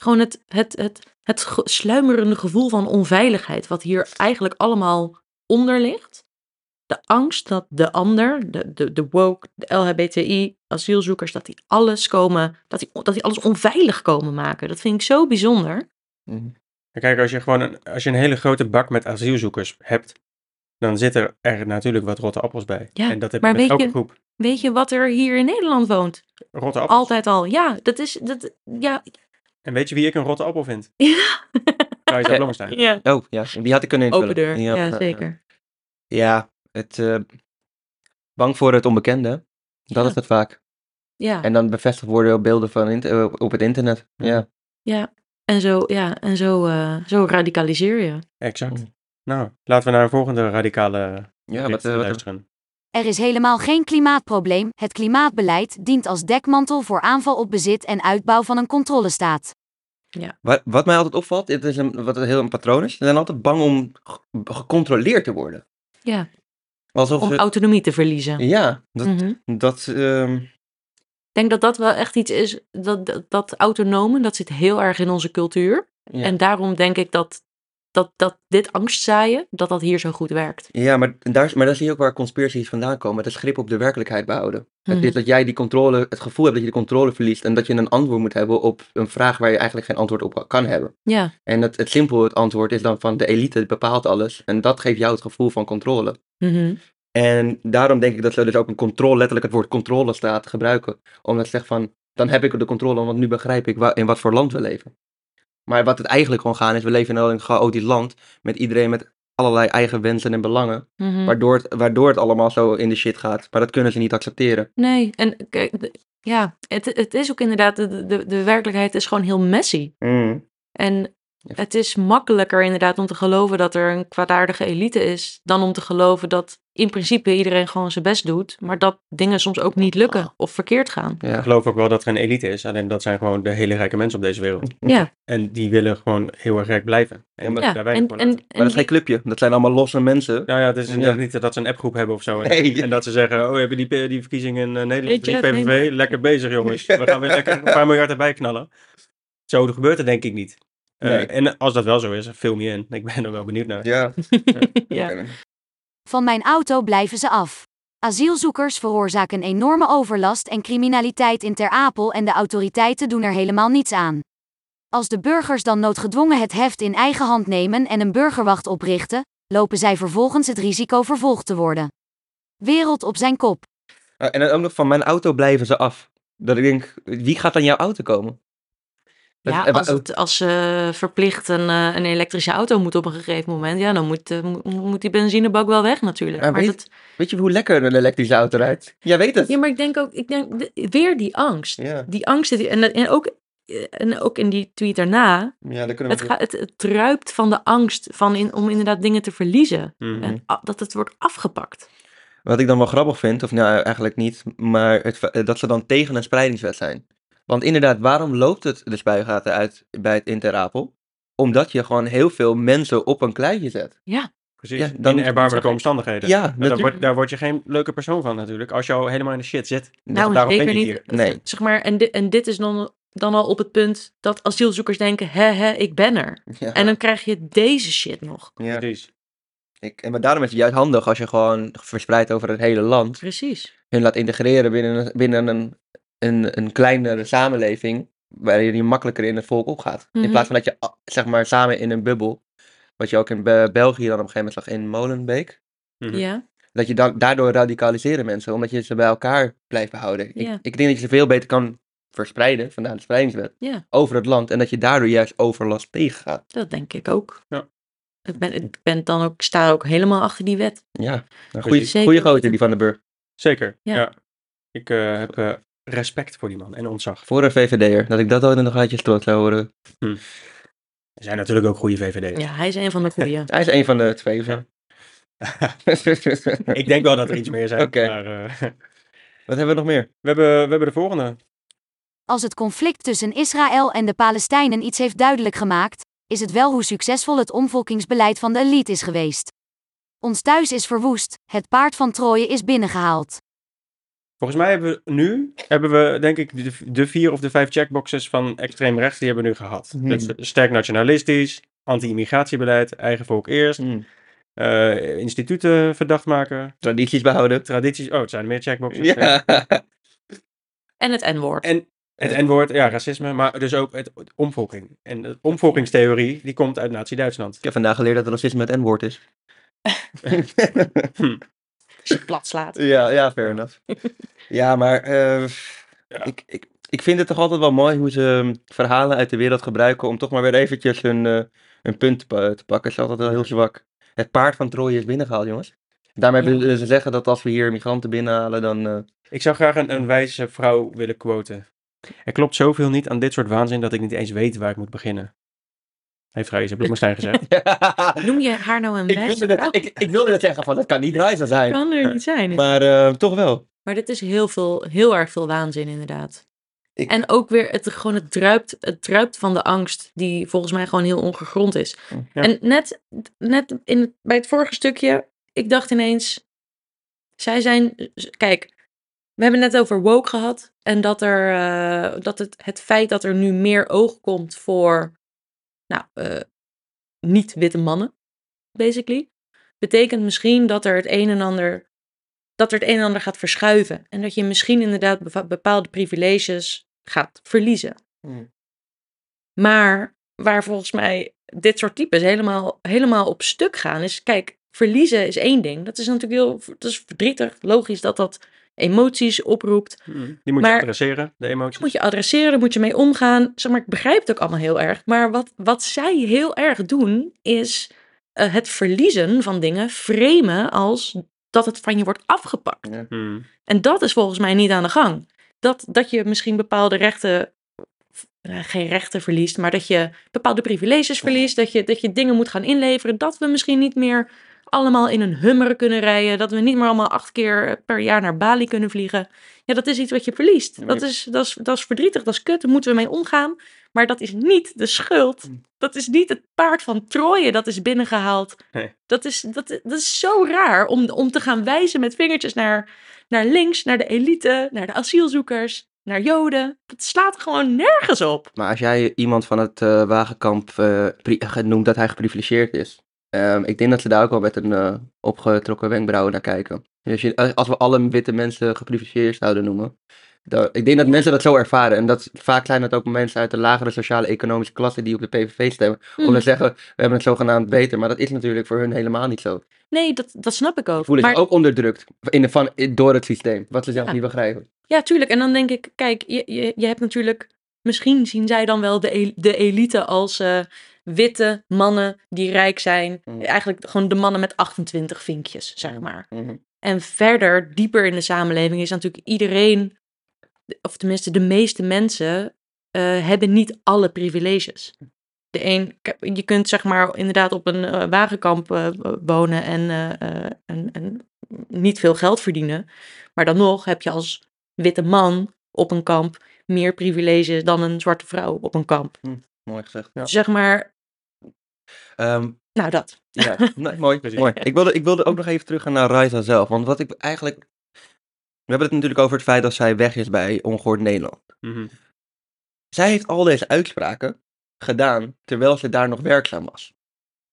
B: gewoon het, het, het, het ge- sluimerende gevoel van onveiligheid, wat hier eigenlijk allemaal onder ligt. De angst dat de ander, de, de, de woke, de LHBTI, asielzoekers, dat die alles komen, dat die, dat die alles onveilig komen maken. Dat vind ik zo bijzonder.
A: En Kijk, als je gewoon een, als je een hele grote bak met asielzoekers hebt, dan zitten er natuurlijk wat rotte appels bij.
B: Ja,
A: en dat heb
B: maar
A: je met
B: weet
A: elke
B: je-
A: groep.
B: Weet je wat er hier in Nederland woont?
A: Rotte appels.
B: Altijd al. Ja, dat is, dat, ja,
A: En weet je wie ik een rotte appel vind?
B: ja,
A: Kajsa
C: Ja.
A: Blommestein.
B: ja.
C: Oh, ja. Die had ik kunnen invullen.
B: Open deur.
C: eh, Ja,
B: Ja, zeker.
C: Ja, het, eh, bang voor het onbekende. Dat
B: Ja.
C: is het vaak.
B: Ja.
C: En dan bevestigd worden op beelden van int- eh, op het internet. Ja.
B: Ja, en zo, ja, en zo, eh, zo radicaliseer je.
A: Exact. Nou, laten we naar een volgende radicale
C: Ja,
A: bericht
C: wat, eh, wat-
A: luisteren.
D: Er is helemaal geen klimaatprobleem. Het klimaatbeleid dient als dekmantel voor aanval op bezit en uitbouw van een controlestaat.
C: wat, wat mij altijd opvalt, het is een, wat een heel een patroon is. Ze zijn altijd bang om ge- gecontroleerd te worden.
B: Ja,
C: Alsof
B: om
C: ze-
B: autonomie te verliezen.
C: Ja, dat,
B: Mhm. Ik
C: dat ehm,
B: denk dat dat wel echt iets is, dat, dat, dat autonomen, dat zit heel erg in onze cultuur.
C: ja.
B: En daarom denk ik dat, dat, dat dit angstzaaien, dat dat hier zo goed werkt.
C: Ja, maar daar, is- maar daar zie je ook waar conspiracies vandaan komen. Het is grip op de werkelijkheid behouden. Het
B: Mhm.
C: is dat jij die controle, het gevoel hebt dat je de controle verliest en dat je een antwoord moet hebben op een vraag waar je eigenlijk geen antwoord op kan hebben.
B: Ja,
C: En het, het simpele antwoord is dan van de elite bepaalt alles en dat geeft jou het gevoel van controle.
B: Mhm.
C: En daarom denk ik dat ze dus ook een controle, letterlijk het woord controle staat, gebruiken. Omdat ze zeggen van, dan heb ik de controle, want nu begrijp ik wa- in wat voor land we leven. Maar wat het eigenlijk gewoon gaan is, we leven in een chaotisch land met iedereen met allerlei eigen wensen en belangen.
B: Mhm.
C: Waardoor het, waardoor het allemaal zo in de shit gaat. Maar dat kunnen ze niet accepteren.
B: Nee, en kijk, de- ja, het, het is ook inderdaad, de, de, de werkelijkheid is gewoon heel messy.
C: Hm.
B: En het is makkelijker inderdaad om te geloven dat er een kwaadaardige elite is, dan om te geloven dat in principe iedereen gewoon zijn best doet, maar dat dingen soms ook niet lukken of verkeerd gaan.
A: Ik
C: Ja.
A: geloof ook wel dat er een elite is, alleen dat zijn gewoon de hele rijke mensen op deze wereld.
B: Ja,
A: En die willen gewoon heel erg rijk blijven. En
C: Ja, maar-
B: ja.
A: daar
B: En,
A: gewoon laten.
B: en,
C: Maar dat is
B: en-
C: geen clubje. Dat zijn allemaal losse mensen.
A: Nou ja, het is
C: Ja.
A: inderdaad niet dat ze een appgroep hebben of zo. En,
C: Nee.
A: en dat ze zeggen, oh, hebben die, pe- die verkiezingen in eh, Nederland,
B: Weet je
A: die
B: het,
A: PVV, lekker bezig jongens. We gaan weer lekker een paar miljard erbij knallen. Zo gebeurt het denk ik niet. Eh,
C: Nee.
A: En als dat wel zo is, film je in. Ik ben er wel benieuwd naar.
C: Ja.
B: ja.
D: Van mijn auto blijven ze af. Asielzoekers veroorzaken enorme overlast en criminaliteit in Ter Apel en de autoriteiten doen er helemaal niets aan. Als de burgers dan noodgedwongen het heft in eigen hand nemen en een burgerwacht oprichten, lopen zij vervolgens het risico vervolgd te worden. Wereld op zijn kop.
C: Ah, En dan ook nog van mijn auto blijven ze af. Dat ik denk, wie gaat aan jouw auto komen? Dat-
B: ja,
C: eh,
B: als,
C: wa-
B: het, als ze verplicht een, eh, een elektrische auto moet op een gegeven moment, ja, dan moet, eh, mo- moet die benzinebak wel weg natuurlijk.
C: Ja,
B: maar
C: weet-
B: dat,
C: Weet je hoe lekker een elektrische auto rijdt? Jij weet het.
B: ja, maar ik denk ook, ik denk de- weer die angst.
C: Ja,
B: Die angst, zit hier- en, dat- en, ook, eh, en ook in die tweet daarna,
C: ja daar kunnen
B: Het,
C: we...
B: ga, het, het druipt van de angst van in, om inderdaad dingen te verliezen.
A: Mhm.
B: En a- dat het wordt afgepakt.
C: Wat ik dan wel grappig vind, of nou eigenlijk niet, maar het, fe- dat ze dan tegen een spreidingswet zijn. Want inderdaad, waarom loopt het de spuigaten uit bij het Interapel? Omdat je gewoon heel veel mensen op een kleidje zet.
A: Precies,
C: Ja, dan-
A: in erbarmelijke omstandigheden.
C: Ja,
A: Maar daar,
C: natuurlijk.
A: word, daar word je geen leuke persoon van natuurlijk, als je al helemaal in de shit zit.
B: Nou,
A: daarom
B: zeker
A: ben je
B: niet.
A: hier.
C: Nee.
B: Zeg maar, en, di- en dit is dan, dan al op het punt dat asielzoekers denken: hè, hè, ik ben er.
C: Ja.
B: En dan krijg je deze shit nog.
C: Ja.
A: Precies.
C: Ik, en maar daarom is het juist handig als je gewoon verspreid over het hele land
B: Precies.
C: hun laat integreren binnen, een- binnen een, een, een kleinere samenleving, waarin je makkelijker in het volk opgaat. In
B: Mhm.
C: plaats van dat je a- zeg maar samen in een bubbel, wat je ook in Be- België dan op een gegeven moment zag in Molenbeek,
A: Mhm.
B: Ja.
C: Dat je dan, daardoor radicaliseren mensen, omdat je ze bij elkaar blijft behouden.
B: Ja.
C: Ik, ik denk dat je ze veel beter kan verspreiden, vandaar de spreidingswet,
B: Ja.
C: over het land. En dat je daardoor juist overlast tegengaat.
B: Dat denk ik ook.
A: Ja.
B: Ik, ben, ik ben dan ook, ik sta ook helemaal achter die wet.
C: Ja, een
B: Zeker.
C: goede, goede gozer die Van den Burg.
A: Zeker,
B: Ja.
A: ja. Ik eh, heb eh, respect voor die man en ontzag.
C: Voor een VVD'er, dat ik dat ooit nog uit je strot zou horen.
A: Er zijn natuurlijk ook goede VVD'ers.
B: Ja, hij is een van de goeie.
C: Hij is een van de twee of zo.
A: Ik denk wel dat er iets meer zijn.
C: Oké.
A: Maar, eh,
C: Wat hebben we nog meer?
A: we, hebben, we hebben de volgende.
D: Als het conflict tussen Israël en de Palestijnen iets heeft duidelijk gemaakt, is het wel hoe succesvol het omvolkingsbeleid van de elite is geweest. Ons thuis is verwoest, het paard van Troje is binnengehaald.
A: Volgens mij hebben we nu, hebben we denk ik de, de vier of de vijf checkboxes van extreem rechts, die hebben we nu gehad.
C: Mhm.
A: Dus sterk nationalistisch, anti-immigratiebeleid, eigen volk eerst,
C: Hmm.
A: eh, instituten verdacht maken,
C: Tradities behouden.
A: tradities, oh het zijn er meer checkboxes. Ja.
C: Ja.
B: En het N-woord.
A: En het N-woord, ja racisme, maar dus ook het, het omvolking. En de omvolkingstheorie, die komt uit nazi-Duitsland.
C: Ik heb vandaag geleerd dat racisme het N-woord is.
B: Als je het plat slaat.
C: ja, ja, fair enough. ja, maar eh, Ik, ik, ik vind het toch altijd wel mooi hoe ze ehm, verhalen uit de wereld gebruiken om toch maar weer eventjes een, eh, een punt te, pa- te pakken. Dat is altijd wel heel zwak. Het paard van Troje is binnengehaald, jongens. Daarmee
B: Ja.
C: willen ze zeggen dat als we hier migranten binnenhalen, dan... eh,
A: Ik zou graag een, een wijze vrouw willen quoten. Er klopt zoveel niet aan dit soort waanzin dat ik niet eens weet waar ik moet beginnen. Heeft Raisa Bloemenstein gezegd.
B: Noem je haar nou een
C: ik,
B: wijze
C: wilde
B: vrouw?
C: net, ik, ik wilde net zeggen van, dat kan niet wijzer zijn.
B: kan er niet zijn.
C: Maar eh, toch wel.
B: Maar dit is heel, veel, heel erg veel waanzin inderdaad.
C: Ik-
B: En ook weer, het, gewoon het, druipt, het druipt van de angst die volgens mij gewoon heel ongegrond is.
A: Ja.
B: En net, net in, het- bij het vorige stukje, ik dacht ineens, zij zijn, kijk, we hebben het net over woke gehad en dat, er, eh, dat het, het feit dat er nu meer oog komt voor, nou, eh, niet-witte mannen, basically, betekent misschien dat er het een en ander dat er het een en ander gaat verschuiven. En dat je misschien inderdaad beva- bepaalde privileges gaat verliezen.
C: Hmm.
B: Maar waar volgens mij dit soort types helemaal, helemaal op stuk gaan, is kijk, verliezen is één ding. Dat is natuurlijk heel dat is verdrietig, logisch dat dat emoties oproept.
C: Hmm.
A: Die moet je
B: Maar-
A: adresseren, de
B: Daar
A: emoties.
B: moet je adresseren, daar moet je mee omgaan. Zeg maar, ik begrijp het ook allemaal heel erg. Maar wat, wat zij heel erg doen, is eh, het verliezen van dingen framen als dat het van je wordt afgepakt.
A: Hmm.
B: En dat is volgens mij niet aan de gang. Dat, dat je misschien bepaalde rechten, eh, geen rechten verliest, maar dat je bepaalde privileges verliest, dat je, dat je dingen moet gaan inleveren, dat we misschien niet meer allemaal in een hummer kunnen rijden, dat we niet meer allemaal acht keer per jaar naar Bali kunnen vliegen. Ja, dat is iets wat je verliest. Dat is, dat is, dat is verdrietig, dat is kut, daar moeten we mee omgaan. Maar dat is niet de schuld. Dat is niet het paard van Troje dat is binnengehaald.
A: Nee.
B: Dat, is, dat, dat is zo raar om, om te gaan wijzen met vingertjes naar naar links, naar de elite, naar de asielzoekers, naar Joden. Dat slaat gewoon nergens op.
C: Maar als jij iemand van het eh, wagenkamp eh, pri- ge- noemt dat hij geprivilegeerd is. ehm, ik denk dat ze daar ook wel met een eh, opgetrokken wenkbrauwen naar kijken. Dus als, je- als- als we alle witte mensen geprivilegeerd zouden noemen. dan- ik denk dat mensen dat zo ervaren. En dat, vaak zijn dat ook mensen uit de lagere sociale economische klasse die op de PVV stemmen. Om
B: Mm.
C: te zeggen, we hebben het zogenaamd beter. Maar dat is natuurlijk voor hun helemaal niet zo.
B: Nee, dat, dat snap ik
C: Ze
B: ook.
C: voelen
B: Maar
C: zich ook onderdrukt in de, van, in- door het systeem. Wat ze zelf
B: Ja.
C: niet begrijpen.
B: ja, tuurlijk. En dan denk ik, kijk, je, je, je hebt natuurlijk... Misschien zien zij dan wel de, el- de elite als eh, witte mannen die rijk zijn.
C: Mm.
B: Eigenlijk gewoon de mannen met 28 vinkjes, zeg maar.
C: Mhm.
B: En verder, dieper in de samenleving, is natuurlijk iedereen, of tenminste de meeste mensen, eh, hebben niet alle privileges. De een, k- je kunt zeg maar inderdaad op een eh, wagenkamp eh, wonen en, eh, eh, en, en niet veel geld verdienen. Maar dan nog heb je als witte man op een kamp meer privileges dan een zwarte vrouw op een kamp.
C: Mooi gezegd.
B: Zeg maar,
C: Ehm,
B: nou dat.
C: Ja, nee, mooi.
A: Precies.
C: mooi. Ik, wilde, ik wilde ook nog even teruggaan naar Raisa zelf. Want wat ik eigenlijk. We hebben het natuurlijk over het feit dat zij weg is bij Ongehoord Nederland.
A: Mhm.
C: Zij heeft al deze uitspraken gedaan terwijl ze daar nog werkzaam was.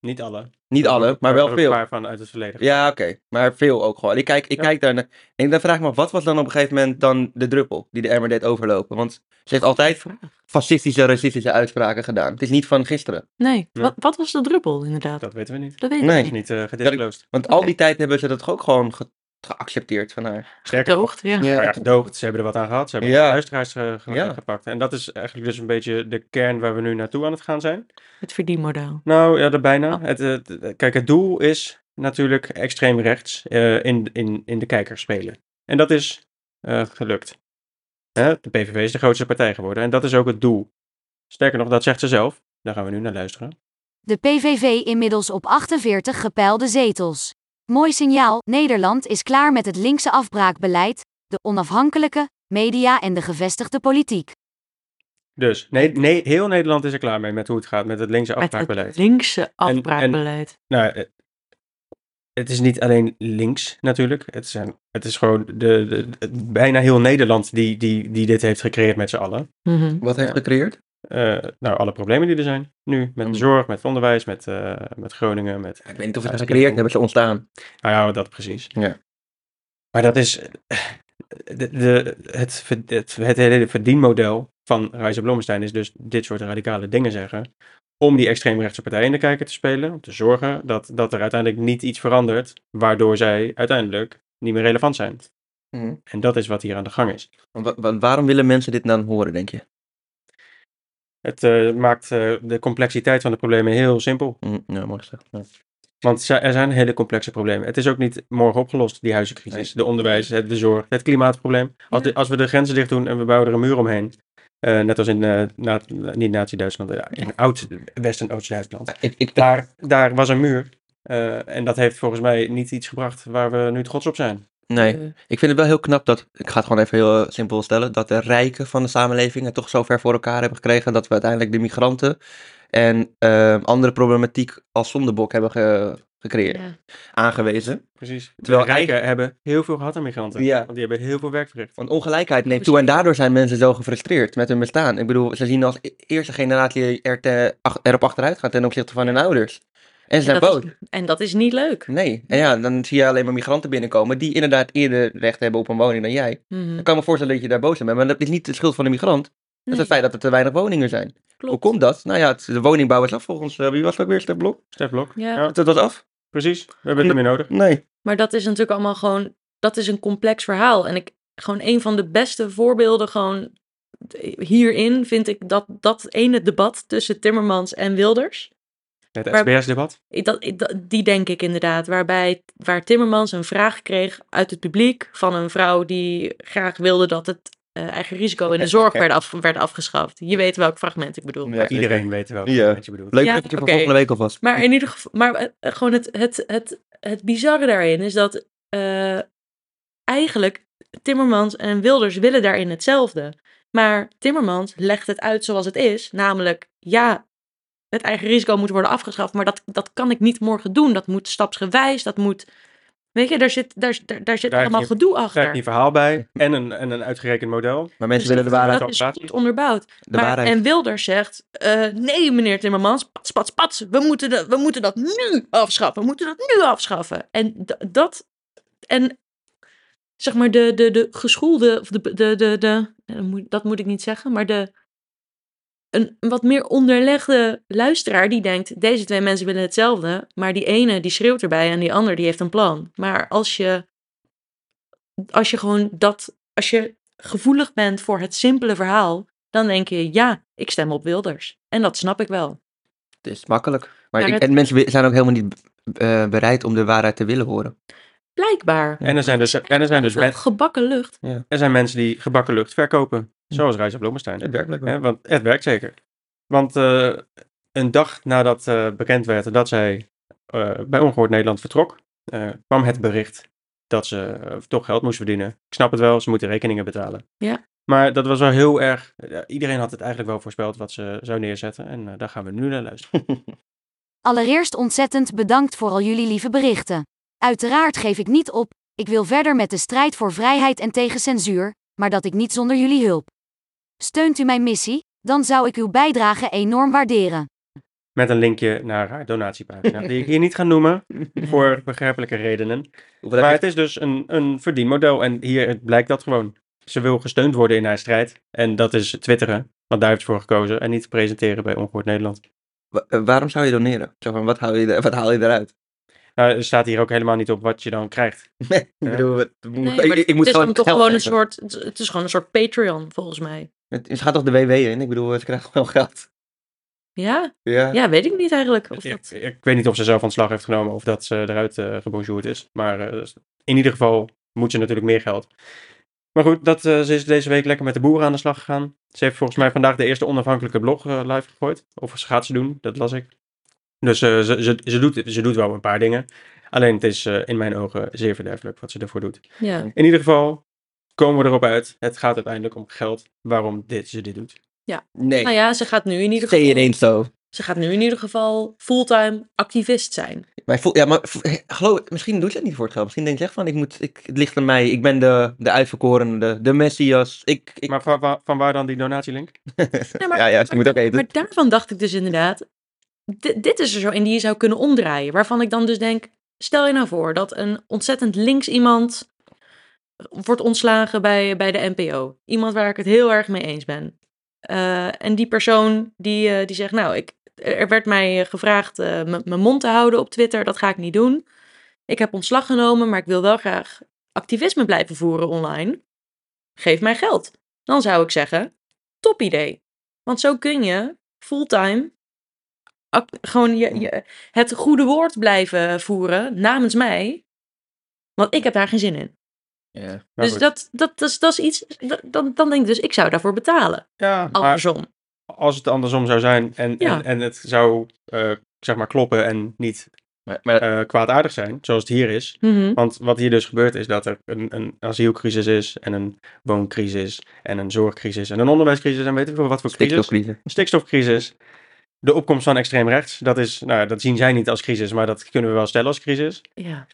A: Niet alle.
C: Niet alle, maar wel
A: Er
C: veel.
A: Een paar van uit het verleden.
C: Ja, oké. Maar veel ook gewoon. Ik kijk, ik
A: Ja.
C: kijk daarnaar. En dan vraag ik me, af, wat was dan op een gegeven moment dan de druppel die de emmer deed overlopen? Want ze heeft altijd fascistische, racistische uitspraken gedaan. Het is niet van gisteren.
B: Nee,
A: Ja.
B: Wat, wat was de druppel inderdaad? Dat,
A: Dat weten we niet.
B: weet ik
C: Nee.
A: is
B: niet.
A: niet eh gedisclosed.
C: Want al die tijd hebben ze dat toch ook gewoon ge- geaccepteerd van haar.
A: Sterker nog,
B: Droogd, ja.
A: nou ja, gedoogd. Ze hebben er wat aan gehad. Ze hebben
C: Ja.
A: luisteraars eh, ge-
C: Ja.
A: gepakt. En dat is eigenlijk dus een beetje de kern waar we nu naartoe aan het gaan zijn.
B: Het verdienmodel.
A: Nou, ja, dat bijna.
B: Oh.
A: Het, het- het- kijk, het doel is natuurlijk extreem rechts eh, in, in, in de kijker spelen. En dat is eh, gelukt. Hè, de PVV is de grootste partij geworden en dat is ook het doel. Sterker nog, dat zegt ze zelf. Daar gaan we nu naar luisteren.
D: De PVV inmiddels op 48 gepeilde zetels. Mooi signaal, Nederland is klaar met het linkse afbraakbeleid, de onafhankelijke, media en de gevestigde politiek.
A: Dus nee, nee, heel Nederland is er klaar mee met hoe het gaat met het linkse
B: Met
A: afbraakbeleid.
B: het linkse afbraakbeleid.
A: Nou, eh, het is niet alleen links natuurlijk. Het, zijn, het is gewoon de, de- de- bijna heel Nederland die, die, die dit heeft gecreëerd met z'n allen.
B: Mhm.
C: Wat heeft gecreëerd?
A: eh, nou, alle problemen die er zijn nu. Met
C: Mm.
A: zorg, met onderwijs, met, eh, met Groningen. Met,
C: Ik weet niet of ze
A: Ja,
C: het
A: ze
C: gecreëerd
A: kunnen-
C: hebben, ze ontstaan.
A: nou ja, dat precies.
C: Ja.
A: Maar dat is eh, de, de, het, ver- het, het hele verdienmodel van Reiser Blommestein is dus dit soort radicale dingen zeggen. Om die extreemrechtse partij in de kijker te spelen. Om te zorgen dat, dat er uiteindelijk niet iets verandert. Waardoor zij uiteindelijk niet meer relevant zijn.
C: Mhm.
A: En dat is wat hier aan de gang is.
C: Wa- wa- waarom willen mensen dit dan horen, denk je?
A: Het eh, maakt eh, de complexiteit van de problemen heel simpel.
C: Mm, nou, mooi gezegd. Ja.
A: Want ze- er zijn hele complexe problemen. Het is ook niet morgen opgelost, die huizencrisis. De onderwijs, het- de zorg, het klimaatprobleem. Als, de- als we de grenzen dicht doen en we bouwen er een muur omheen. eh, net als in, eh, na- niet Nazi-Duitsland, eh, in oud West- en Oost-Duitsland.
C: Ik, ik,
A: Daar, daar was een muur. eh, en dat heeft volgens mij niet iets gebracht waar we nu trots op zijn.
C: nee,
B: Eh,
C: Ik vind het wel heel knap dat, ik ga het gewoon even heel eh, simpel stellen, dat de rijken van de samenleving het toch zo ver voor elkaar hebben gekregen dat we uiteindelijk de migranten en eh, andere problematiek als zondebok hebben ge- gecreëerd,
B: ja.
C: aangewezen.
A: Precies. Terwijl
C: Terwijl
A: rijken
C: eigen-
A: hebben heel veel gehad aan migranten.
C: Ja.
A: Want die hebben heel veel werk verricht.
C: Want ongelijkheid neemt toe en daardoor zijn mensen zo gefrustreerd met hun bestaan. Ik bedoel, ze zien als e- eerste generatie er te- ach- erop achteruit gaan ten opzichte van hun ouders. En ze zijn
B: En dat
C: boos.
B: is- en dat is niet leuk.
C: Nee. En ja, dan zie je alleen maar migranten binnenkomen die inderdaad eerder recht hebben op een woning dan jij.
B: Mhm.
C: Ik kan me voorstellen dat je daar boos aan bent, maar dat is niet de schuld van de migrant. Dat is
B: Nee,
C: het feit dat er te weinig woningen zijn. Hoe
B: klopt.
C: komt dat? Nou ja, het- de woningbouw is af volgens, eh, wie was het ook weer, Stef Blok?
A: Stef Blok.
B: Ja.
A: Ja,
C: Dat was af?
A: precies. We hebben het niet meer nodig.
C: Nee.
B: Maar dat is natuurlijk allemaal gewoon, dat is een complex verhaal. En ik, gewoon een van de beste voorbeelden gewoon hierin vind ik dat, dat ene debat tussen Timmermans en Wilders.
A: Het
B: Maar-
A: SBS-debat.
B: Ik- Dat, ik- dat- die denk ik inderdaad, waarbij, waar Timmermans een vraag kreeg uit het publiek van een vrouw die graag wilde dat het eh, eigen risico in de zorg werd, af, werd afgeschaft. Je weet welk fragment ik bedoel.
C: Ja.
A: Iedereen weet wel
C: Ja.
A: wat je bedoelt.
C: Leuk
B: Ja,
C: dat je voor
B: oké.
C: volgende week alvast.
B: Maar in ieder geval, maar eh, eh, gewoon het, het, het, het bizarre daarin is dat eh, eigenlijk Timmermans en Wilders willen daarin hetzelfde. Maar Timmermans legt het uit zoals het is, namelijk ja, het eigen risico moet worden afgeschaft, maar dat, dat kan ik niet morgen doen. Dat moet stapsgewijs, dat moet, weet je, daar zit, daar, daar, daar zit
A: Daar heb
B: allemaal
A: je-
B: gedoe
A: Krijg
B: achter. Dus
A: je verhaal bij en een, en een uitgerekend model.
C: Maar mensen willen de waarheid.
B: Dat is
A: Laten
B: goed onderbouwd.
C: De
B: maar,
C: waarheid.
B: En Wilders zegt, eh, nee meneer Timmermans, pats, pats, pats, we moeten, de, we moeten dat nu afschaffen, we moeten dat nu afschaffen. En d- dat, en zeg maar de, de, de geschoolde, of de, de, de, de, dat moet- dat moet ik niet zeggen, maar de, een wat meer onderlegde luisteraar die denkt, deze twee mensen willen hetzelfde, maar die ene die schreeuwt erbij en die ander die heeft een plan. Maar als je, als je gewoon dat, als je gevoelig bent voor het simpele verhaal, dan denk je, ja, ik stem op Wilders. En dat snap ik wel.
C: Het is makkelijk. Maar
B: Maar
C: ik-
B: het-
C: En mensen wi- zijn ook helemaal niet eh, bereid om de waarheid te willen horen.
B: Blijkbaar.
A: En er zijn dus, en er zijn dus men-
B: Gebakken lucht.
A: er zijn mensen die gebakken lucht verkopen. Zoals Reizer Blommestein.
C: Het werkt blijkbaar.
A: Hè, want het werkt zeker. Want eh, een dag nadat eh, bekend werd dat zij eh, bij Ongehoord Nederland vertrok, eh, kwam het bericht dat ze eh, toch geld moest verdienen. Ik snap het wel, ze moeten rekeningen betalen.
B: Ja.
A: Maar dat was wel heel erg. ja, iedereen had het eigenlijk wel voorspeld wat ze zou neerzetten. En eh, daar gaan we nu naar luisteren.
D: Allereerst ontzettend bedankt voor al jullie lieve berichten. Uiteraard geef ik niet op, ik wil verder met de strijd voor vrijheid en tegen censuur, maar dat ik niet zonder jullie hulp. Steunt u mijn missie, dan zou ik uw bijdrage enorm waarderen.
A: Met een linkje naar haar donatiepagina, die ik hier niet ga noemen, voor begrijpelijke redenen.
C: Hoeveel
A: Maar
C: heb
A: het is dus een, een verdienmodel en hier het blijkt dat gewoon. Ze wil gesteund worden in haar strijd en dat is twitteren, want daar heeft ze voor gekozen en niet presenteren bij Ongehoord Nederland.
C: je- wa- eh, waarom zou je doneren? Zo van, wat haal je, er- wat haal je eruit?
A: Nou, er staat hier ook helemaal niet op wat je dan krijgt.
C: Nee, ik
A: Ja.
C: bedoel, wat- ik moet-
B: Nee,
C: ik,
B: maar
C: ik moet
B: het is
C: gewoon
B: dan toch
C: geld
B: gewoon een
C: geven.
B: soort, het is- het is gewoon een soort Patreon volgens mij.
C: Het- Ze gaat toch de WW in? Ik bedoel, ze krijgt gewoon geld.
B: Ja,
C: Ja.
B: ja weet ik niet eigenlijk. Of
A: Ik,
B: dat...
A: ik weet niet of ze zelf ontslag heeft genomen of dat ze eruit eh gebonjourd is. Maar eh, in ieder geval moet ze natuurlijk meer geld. Maar goed, dat, eh, ze is deze week lekker met de boeren aan de slag gegaan. Ze heeft volgens mij vandaag de eerste onafhankelijke blog eh, live gegooid. Of ze gaat ze doen, dat las ik. Dus eh, ze, ze, ze, doet, ze doet wel een paar dingen. Alleen het is eh, in mijn ogen zeer verderfelijk wat ze ervoor doet.
B: Ja.
A: In ieder geval komen we erop uit. Het gaat uiteindelijk om geld waarom dit, ze dit doet.
C: Nee,
B: Nou ja, ze gaat nu in ieder
C: Zeg je
B: geval,
C: ineens zo.
B: ze gaat nu in ieder geval fulltime activist zijn.
C: Maar, voel, ja, maar voel- eh, geloof, misschien doet ze het niet voor het geld. Misschien denkt ze echt van, ik moet, ik, het ligt aan mij. Ik ben de, de uitverkorene, de, de messias. Ik, ik...
A: Maar van, van- van waar dan die donatielink?
B: Nee, maar-
C: ja, ja, ze moet ook eten.
B: Maar daarvan dacht ik dus inderdaad, di- dit is er zo in die je zou kunnen omdraaien. Waarvan ik dan dus denk, stel je nou voor dat een ontzettend links iemand wordt ontslagen bij, bij de NPO. Iemand waar ik het heel erg mee eens ben. Eh, en die persoon die, eh, die zegt, nou, ik, er werd mij eh, gevraagd eh, m- mijn mond te houden op Twitter. Dat ga ik niet doen. Ik heb ontslag genomen, maar ik wil wel graag activisme blijven voeren online. Geef mij geld. Dan zou ik zeggen, top idee. Want zo kun je fulltime ac- gewoon je, je, het goede woord blijven voeren namens mij. Want ik heb daar geen zin in.
C: Ja.
A: Maar
B: dus
A: goed.
B: dat, dat, dat, is, dat is iets, dat- dan, dan denk ik dus, ik zou daarvoor betalen.
A: Ja, maar
B: Andersom.
A: als het andersom zou zijn en,
B: Ja.
A: en, en het zou eh, zeg maar kloppen en niet
C: Maar, maar
A: eh, kwaadaardig zijn, zoals het hier is.
B: Mhm.
A: Want wat hier dus gebeurt is dat er een, een asielcrisis is en een wooncrisis en een zorgcrisis en een onderwijscrisis en weet ik veel wat voor crisis.
C: stikstofcrisis.
A: Stikstofcrisis. De opkomst van extreem rechts, dat, is, nou, ja, dat zien zij niet als crisis, maar dat kunnen we wel stellen als crisis.
B: Ja.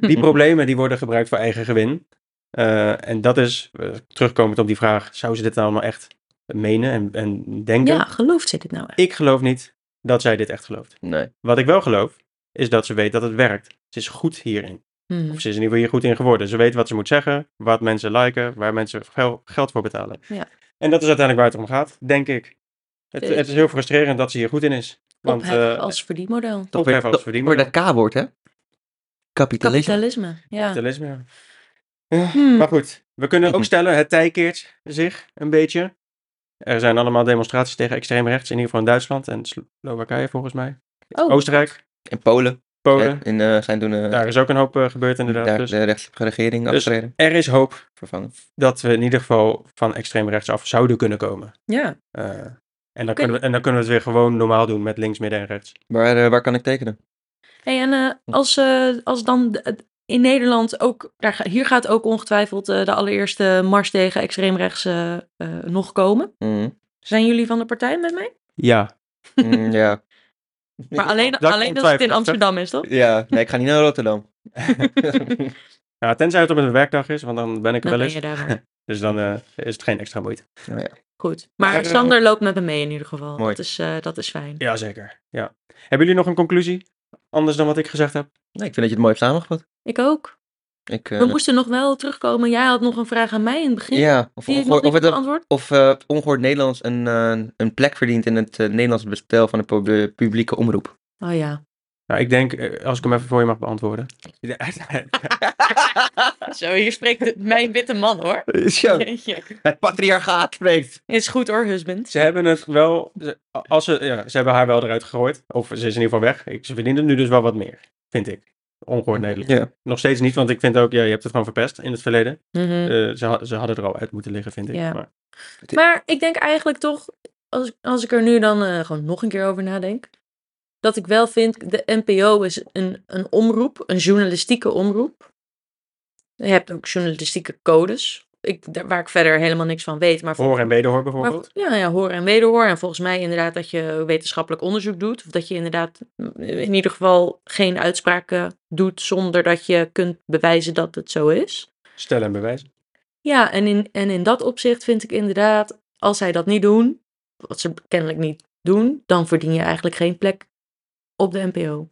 A: Die problemen die worden gebruikt voor eigen gewin. Eh, en dat is, eh, terugkomend op die vraag, zou ze dit nou allemaal echt menen en, en denken?
B: ja, gelooft ze dit nou echt?
A: Ik geloof niet dat zij dit echt gelooft.
C: Nee.
A: Wat ik wel geloof, is dat ze weet dat het werkt. Ze is goed hierin.
B: Mhm.
A: Of ze is in ieder geval hier goed in geworden. Ze weet wat ze moet zeggen, wat mensen liken, waar mensen gel- geld voor betalen.
B: Ja.
A: En dat is uiteindelijk waar het om gaat, denk ik. Het,
B: Dus-
A: het is heel frustrerend dat ze hier goed in is. Want
B: Ophef
A: eh,
B: als verdienmodel.
C: Toch
A: Ophef
C: weer,
A: als
C: toch
A: verdienmodel.
C: weer dat K-woord, hè? Kapitalisme.
B: Kapitalisme. Ja.
A: kapitalisme. ja. Ja,
B: Hmm.
A: Maar goed, we kunnen ook
C: Mhm.
A: stellen, het tij keert zich een beetje. Er zijn allemaal demonstraties tegen extreem rechts, in ieder geval in Duitsland en Slowakije volgens mij.
B: Oh.
A: Oostenrijk,
C: In Polen.
A: Polen.
C: hè, In, eh, zijn toen eh,
A: Daar is ook een hoop eh, gebeurd inderdaad.
C: daar
A: dus
C: de rechtsregering regering
A: Dus-
C: afgetreden,
A: er is hoop
C: vervangen.
A: dat we in ieder geval van extreem rechts af zouden kunnen komen.
B: ja.
A: Eh, en, dan kunnen we, en dan kunnen we het weer gewoon normaal doen met links, midden en rechts.
C: Waar, eh, waar kan ik tekenen?
B: Hey, en eh, als, eh, als dan de- in Nederland ook, daar, ga- hier gaat ook ongetwijfeld eh, de allereerste mars tegen extreemrechts eh, eh, nog komen.
C: Mm.
B: Zijn jullie van de partij met mij?
A: Ja,
C: Mm, ja.
B: Maar alleen,
A: Dat
B: alleen als het in
A: ongetwijfeld,
B: Amsterdam is, toch?
C: Ja, nee, ik ga niet naar Rotterdam.
A: nou, tenzij het op een werkdag is, want dan ben ik er
B: Dan
A: wel
B: ben
A: eens.
B: je daar wel.
A: Dus dan eh, is het geen extra moeite.
B: Goed. Maar Sander loopt met me mee in ieder geval.
C: Mooi.
B: Dat is, eh, dat is fijn.
A: Jazeker, ja. Hebben jullie nog een conclusie? Anders dan wat ik gezegd heb?
C: Nee, ik vind dat je het mooi hebt samengevat.
B: Ik ook.
C: Ik, eh,
B: We moesten nog wel terugkomen. Jij had nog een vraag aan mij in het begin.
C: ja, of,
B: Die
C: of,
B: ik nog
C: of,
B: niet
C: het,
B: beantwoord.
C: of eh, ongehoord Nederlands een, eh, een plek verdient in het eh, Nederlands bestel van de pub- publieke omroep.
B: Oh ja.
A: Nou, ik denk, eh, als ik hem even voor je mag beantwoorden.
B: Zo, hier spreekt de- mijn witte man hoor.
C: Zo,
B: Jeetje.
C: het patriarchaat spreekt.
B: Is goed hoor, husband.
A: ze hebben het wel, ze- als ze, ja, ze hebben haar wel eruit gegooid. Of ze is in ieder geval weg. Ik, ze verdienen nu dus wel wat meer, vind ik. Ongehoord Nederland.
C: Ja.
A: Nog steeds niet, want ik vind ook, ja, je hebt het gewoon verpest in het verleden.
B: Mhm.
A: Eh, ze, ha- ze hadden er al uit moeten liggen, vind ik.
B: Ja.
A: Maar,
B: Maar ik denk eigenlijk toch, als, als ik er nu dan eh, gewoon nog een keer over nadenk, dat ik wel vind, de NPO is een, een omroep, een journalistieke omroep. Je hebt ook journalistieke codes, ik, daar- waar ik verder helemaal niks van weet. Maar
A: hoor en wederhoor
B: maar-
A: bijvoorbeeld.
B: ja, ja, hoor en wederhoor. En volgens mij inderdaad dat je wetenschappelijk onderzoek doet. Of dat je inderdaad mm, in ieder geval geen uitspraken doet zonder dat je kunt bewijzen dat het zo is.
A: Stellen en bewijzen.
B: Ja, en in, en in dat opzicht vind ik inderdaad, als zij dat niet doen, wat ze kennelijk niet doen, dan verdien je eigenlijk geen plek op de NPO.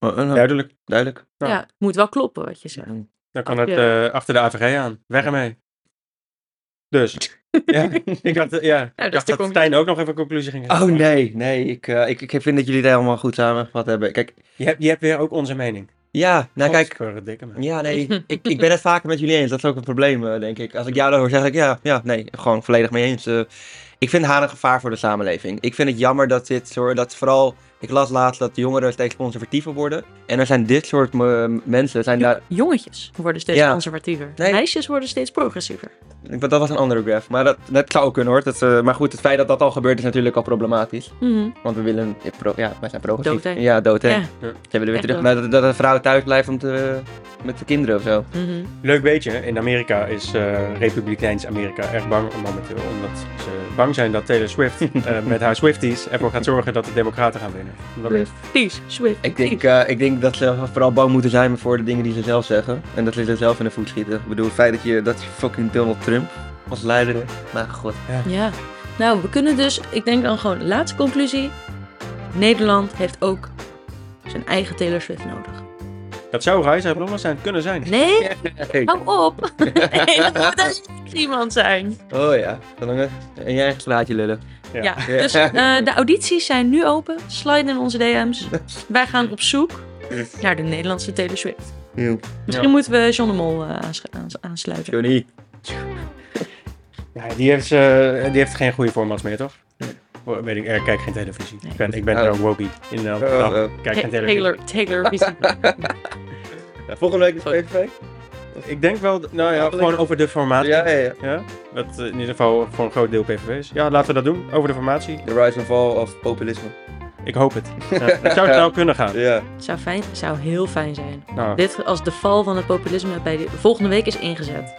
C: Oh, eh, nou,
A: Duidelijk.
C: duidelijk.
A: Nou.
B: Ja, het moet wel kloppen wat je zegt.
A: Dan kan
B: Ach,
A: het
B: ja.
A: eh, achter de AVG aan. Weg ermee. Dus. ja, ik dacht, eh, ja,
B: Nou,
A: ik
B: dat is de
A: dacht dat
B: conclusie.
A: Stijn ook nog even een conclusie ging
C: Oh
A: geven.
C: nee, nee. Ik, eh, ik, ik vind dat jullie het helemaal goed samengevat hebben. Kijk,
A: Je hebt, je hebt weer ook onze mening.
C: ja, nou kijk.
A: Godverdikke me.
C: Ja, nee, ik, ik ben het vaker met jullie eens. Dat is ook een probleem, eh, denk ik. Als ik jou dat hoor, zeg ik ja, ja, nee, gewoon volledig mee eens. Eh, ik vind haar een gevaar voor de samenleving. Ik vind het jammer dat dit soort, dat vooral, ik las laatst dat jongeren steeds conservatiever worden. En er zijn dit soort me- mensen, zijn daar,
B: Jongetjes worden steeds
C: Ja.
B: conservatiever.
C: Nee.
B: Meisjes worden steeds progressiever.
C: ik- dat was een andere graph, maar dat, dat zou ook kunnen hoor. Dat, is, eh, maar goed, het feit dat dat al gebeurt is natuurlijk al problematisch.
B: Mhm.
C: Want we willen, ja, pro- ja wij zijn progressief.
B: Dood, hè?
C: Ja, dood hè.
B: Ja.
C: Ze willen weer
B: Echt
C: terug,
B: dood.
C: maar dat, dat een vrouw thuis blijft om te, met de kinderen of zo.
B: mhm.
A: Leuk beetje, in Amerika is eh, Republikeins Amerika erg bang momenteel. Omdat ze bang zijn dat Taylor Swift eh, met haar Swifties ervoor gaat zorgen dat de Democraten gaan winnen. Omdat
B: Swift. Ties, Swift.
C: Ik denk, eh, ik denk dat ze vooral bang moeten zijn voor de dingen die ze zelf zeggen. En dat ze zichzelf in de voet schieten. Ik bedoel, het feit dat je, dat je fucking Donald Trump als leider hebt. Maar god.
B: Ja. Nou, we kunnen dus, ik denk dan gewoon, laatste conclusie. Nederland heeft ook zijn eigen Taylor Swift nodig.
A: Dat zou Rise Blommen zijn kunnen zijn.
B: Nee,
C: Hey.
B: hou op. Nee, dat moet echt iemand zijn.
C: Oh ja, zolang het in je eigen straatje lullen.
A: Ja.
B: Ja, dus eh, de audities zijn nu open. Slide in onze DM's. Wij gaan op zoek naar de Nederlandse Taylor Swift.
C: Eeuw.
B: Misschien moeten we John de Mol eh, aansch- aans- aansluiten.
C: Johnny.
A: Ja, die, heeft, eh, die heeft geen goede formats meer, toch? Oh, Weet ik, eh, kijk geen televisie.
B: Nee.
A: Ik ben, ik ben
C: Oh.
A: zo'n wokie. In de
C: Oh, oh.
A: Kijk
B: Ta-
A: geen televisie.
B: Taylor, Taylor Visie.
C: Ja, volgende week is
B: Sorry.
C: PSV.
A: Ik denk wel, d- nou ja,
C: Ja,
A: gewoon over de formatie.
C: Ja, ja, ja.
A: Ja? Dat eh, in ieder geval voor een groot deel PVV is. Ja, laten we dat doen. Over de formatie.
C: The rise and fall of populisme.
A: Ik hoop het. Ja, het zou snel kunnen gaan.
C: Ja.
B: zou, fijn, zou heel fijn zijn.
A: Nou,
B: Dit als de val van het populisme bij de volgende week is ingezet.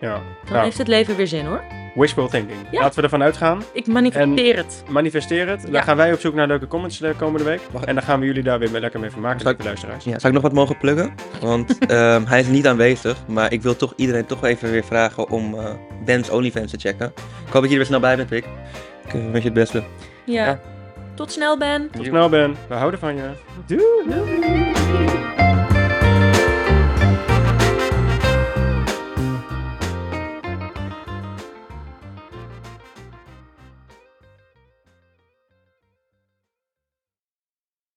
A: ja.
B: Dan
A: nou
B: heeft het leven weer zin hoor.
A: wishful thinking.
B: Ja.
A: Laten we ervan uitgaan.
B: Ik manifesteer het.
A: Manifesteer het. Dan
B: Ja.
A: gaan wij op zoek naar leuke comments de komende week. En dan gaan we jullie daar weer lekker mee vermaken,
C: Zal ik-
A: de luisteraars.
C: ja. Zou ik nog wat mogen pluggen? Want ehm, hij is niet aanwezig. Maar ik wil toch iedereen toch even weer vragen om eh Ben's OnlyFans te checken. Ik hoop dat je er weer snel bij bent, Rick. Ik eh, wens je het beste.
B: Ja. Tot snel Ben.
A: Tot snel, Ben. We houden van je. Doei.